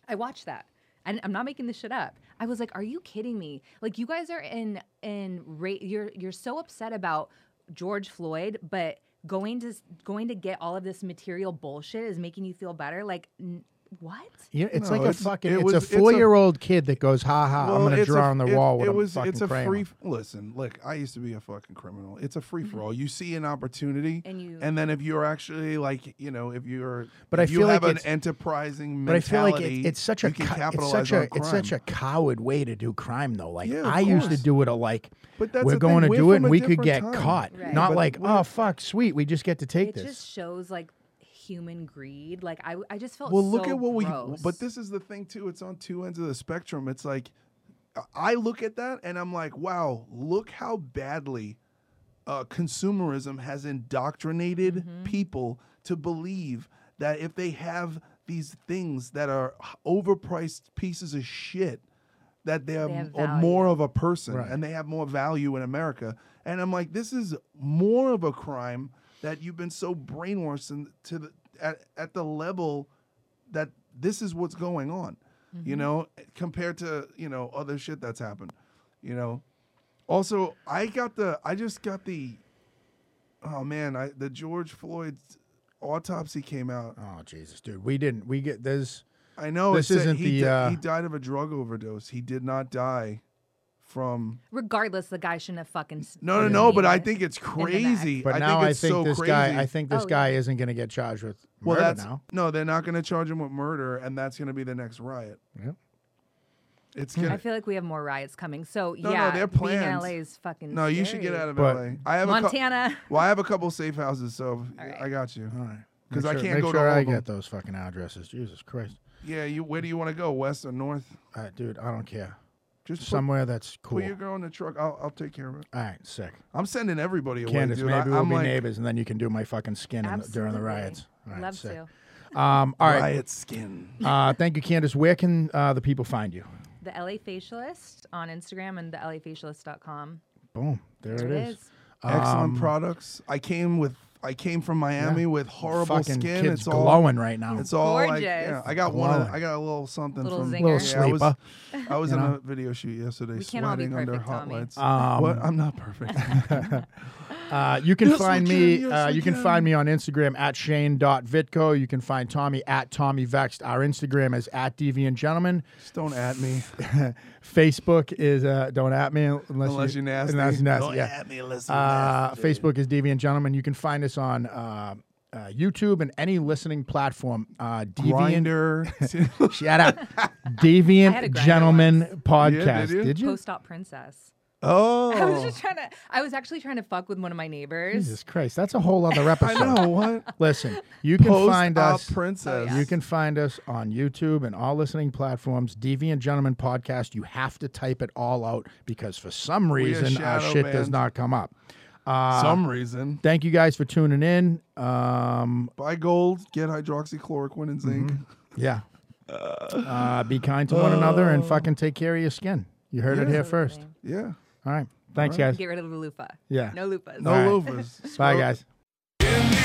I watched that. And I'm not making this shit up. I was like, "Are you kidding me? Like, you guys are in in ra- you're you're so upset about George Floyd, but going to s- going to get all of this material bullshit is making you feel better. Like, n- what?
You know, it's
No,
like a
it's-
fucking.
it
It's
was-
a
it's a-
four year old kid that goes, "Ha ha! I'm
Well,
gonna
it's
draw
a-
on the
it-
wall." What
It
I'm
was.
fucking
It's a
crayon.
free. Listen, look. I used to be a fucking criminal. It's a free for all. You see an opportunity,
And you-
and then if you're actually like, you know, if you're,
But
if
I
you
feel like
have an
it's-
enterprising
But I feel
mentality.
like it, it's such a
you can
co- it's
capitalize
such
on
a it's such
crime.
a coward way to do crime though. Like
Yeah, of
I used to
course.
do it a like
But that's
we're
the thing,
going to
we're
do it and
from a
we could
different
get
time.
caught.
Right.
Not
But
like,
we're-
oh fuck, sweet, we just get to take
it
this.
just shows like human greed. Like I, I just felt
Well, look
so
at what we.
gross.
But this is the thing too. It's on two ends of the spectrum. It's like, I look at that and I'm like, wow, look how badly uh, consumerism has indoctrinated
Mm-hmm.
people to believe that if they have these things that are h- overpriced pieces of shit, that they are,
They have
are
value.
more of a person
Right.
and they have more value in America. And I'm like, this is more of a crime that you've been so brainwashed in, to the, at, at the level that this is what's going on,
Mm-hmm.
you know, compared to, you know, other shit that's happened, you know. Also, I got the, I just got the, oh man, I the George Floyd autopsy came out.
oh Jesus, dude, we didn't. We get there's
I know
This
it said
isn't
he,
the,
di-
uh,
he died of a drug overdose. He did not die from.
regardless, the guy shouldn't have fucking. s-
No, no,
hit
no.
me
But I
with-
think it's
neck.
crazy.
But
I
now
think
I
it's
think
so
this
crazy.
guy. I think this
Oh,
guy isn't going to get charged with
well,
murder
that's
now.
no. They're not going to charge him with murder, and that's going to be the next riot.
Yeah. Hmm.
It's gonna.
I feel like we have more riots coming. So
No, no,
yeah,
they're
being in
planned.
LA is fucking.
no, you should get
scary.
out of
But-
LA. I have A cou-
Montana.
well, I have a couple safe houses, so
right.
I got you.
All right,
'Cause
Make
I
sure-
can't
make
go to
sure
all
I
of 'em.
get those fucking addresses. Jesus Christ,
Yeah, you. Where do you want to go? West or north?
Uh, dude, I don't care.
Just put,
Somewhere that's cool.
put your girl in the truck. I'll, I'll take care of it.
All right, sick.
I'm sending everybody away,
Candace,
dude.
maybe
I,
we'll
am
be
like,
neighbors, and then you can do my fucking skin
(laughs)
in the, during the
Absolutely.
riots. All right,
Love
sick.
to.
Um, all right.
riot skin.
Uh, thank you, Candace. Where can uh, the people find you?
The LA Facialist on Instagram and the LAFacialist.com.
Boom. There,
There
it is.
Excellent
Um,
products. I came with. I came from Miami with horrible
fucking
skin.
kids
it's all
glowing right now.
It's all like
Gorgeous.
yeah, I got one.
Glowing.
I got a little something
Little
from
zinger.
Little
yeah, I was,
sleeper.
(laughs) I was
You
in
know?
a video shoot yesterday,
We can't all be
sweating under
perfect,
hot
Tommy.
lights.
Um,
what? I'm
(laughs)
not perfect.
Uh, you can
Yes, we
find
can.
me.
Yes,
uh,
we
you can,
can.
find me on Instagram at shane.vitko. You can find Tommy at Tommy Vexed. Our Instagram is at Deviant Gentleman.
Just don't at
(laughs)
me
Facebook is uh, don't at me unless,
unless
you,
you're nasty.
Unless you're nasty,
Don't
yeah.
at me unless you're
Uh,
nasty.
Facebook is Deviant Gentleman. You can find us on uh, uh, YouTube and any listening platform. Uh, Deviant. (laughs)
Grinder. (laughs)
Shout out.
I had a
Deviant
Grindr
Gentleman podcast.
Yeah, did you?
Post op princess. I was
oh,
just trying to. I was actually trying to fuck with one of my neighbors.
Jesus Christ. That's a whole other
(laughs) I
episode.
know what.
Listen, you can
Post
find
op
Oh,
us.
princess.
You can find us on YouTube and all listening platforms. Deviant Gentleman Podcast. You have to type it all out because for some reason our
shadow
shit does
banned.
not come up. Uh,
some reason.
thank you guys for tuning in. Um,
Buy gold, get hydroxychloroquine and zinc.
yeah. Uh, be kind to one another and fucking take care of your skin. You heard it
Yeah.
here first.
Yeah.
All right. Thanks, guys.
Get rid of the loofah.
Yeah.
No loofahs.
No (laughs)
All right.
loafers.
Bye, guys.
In the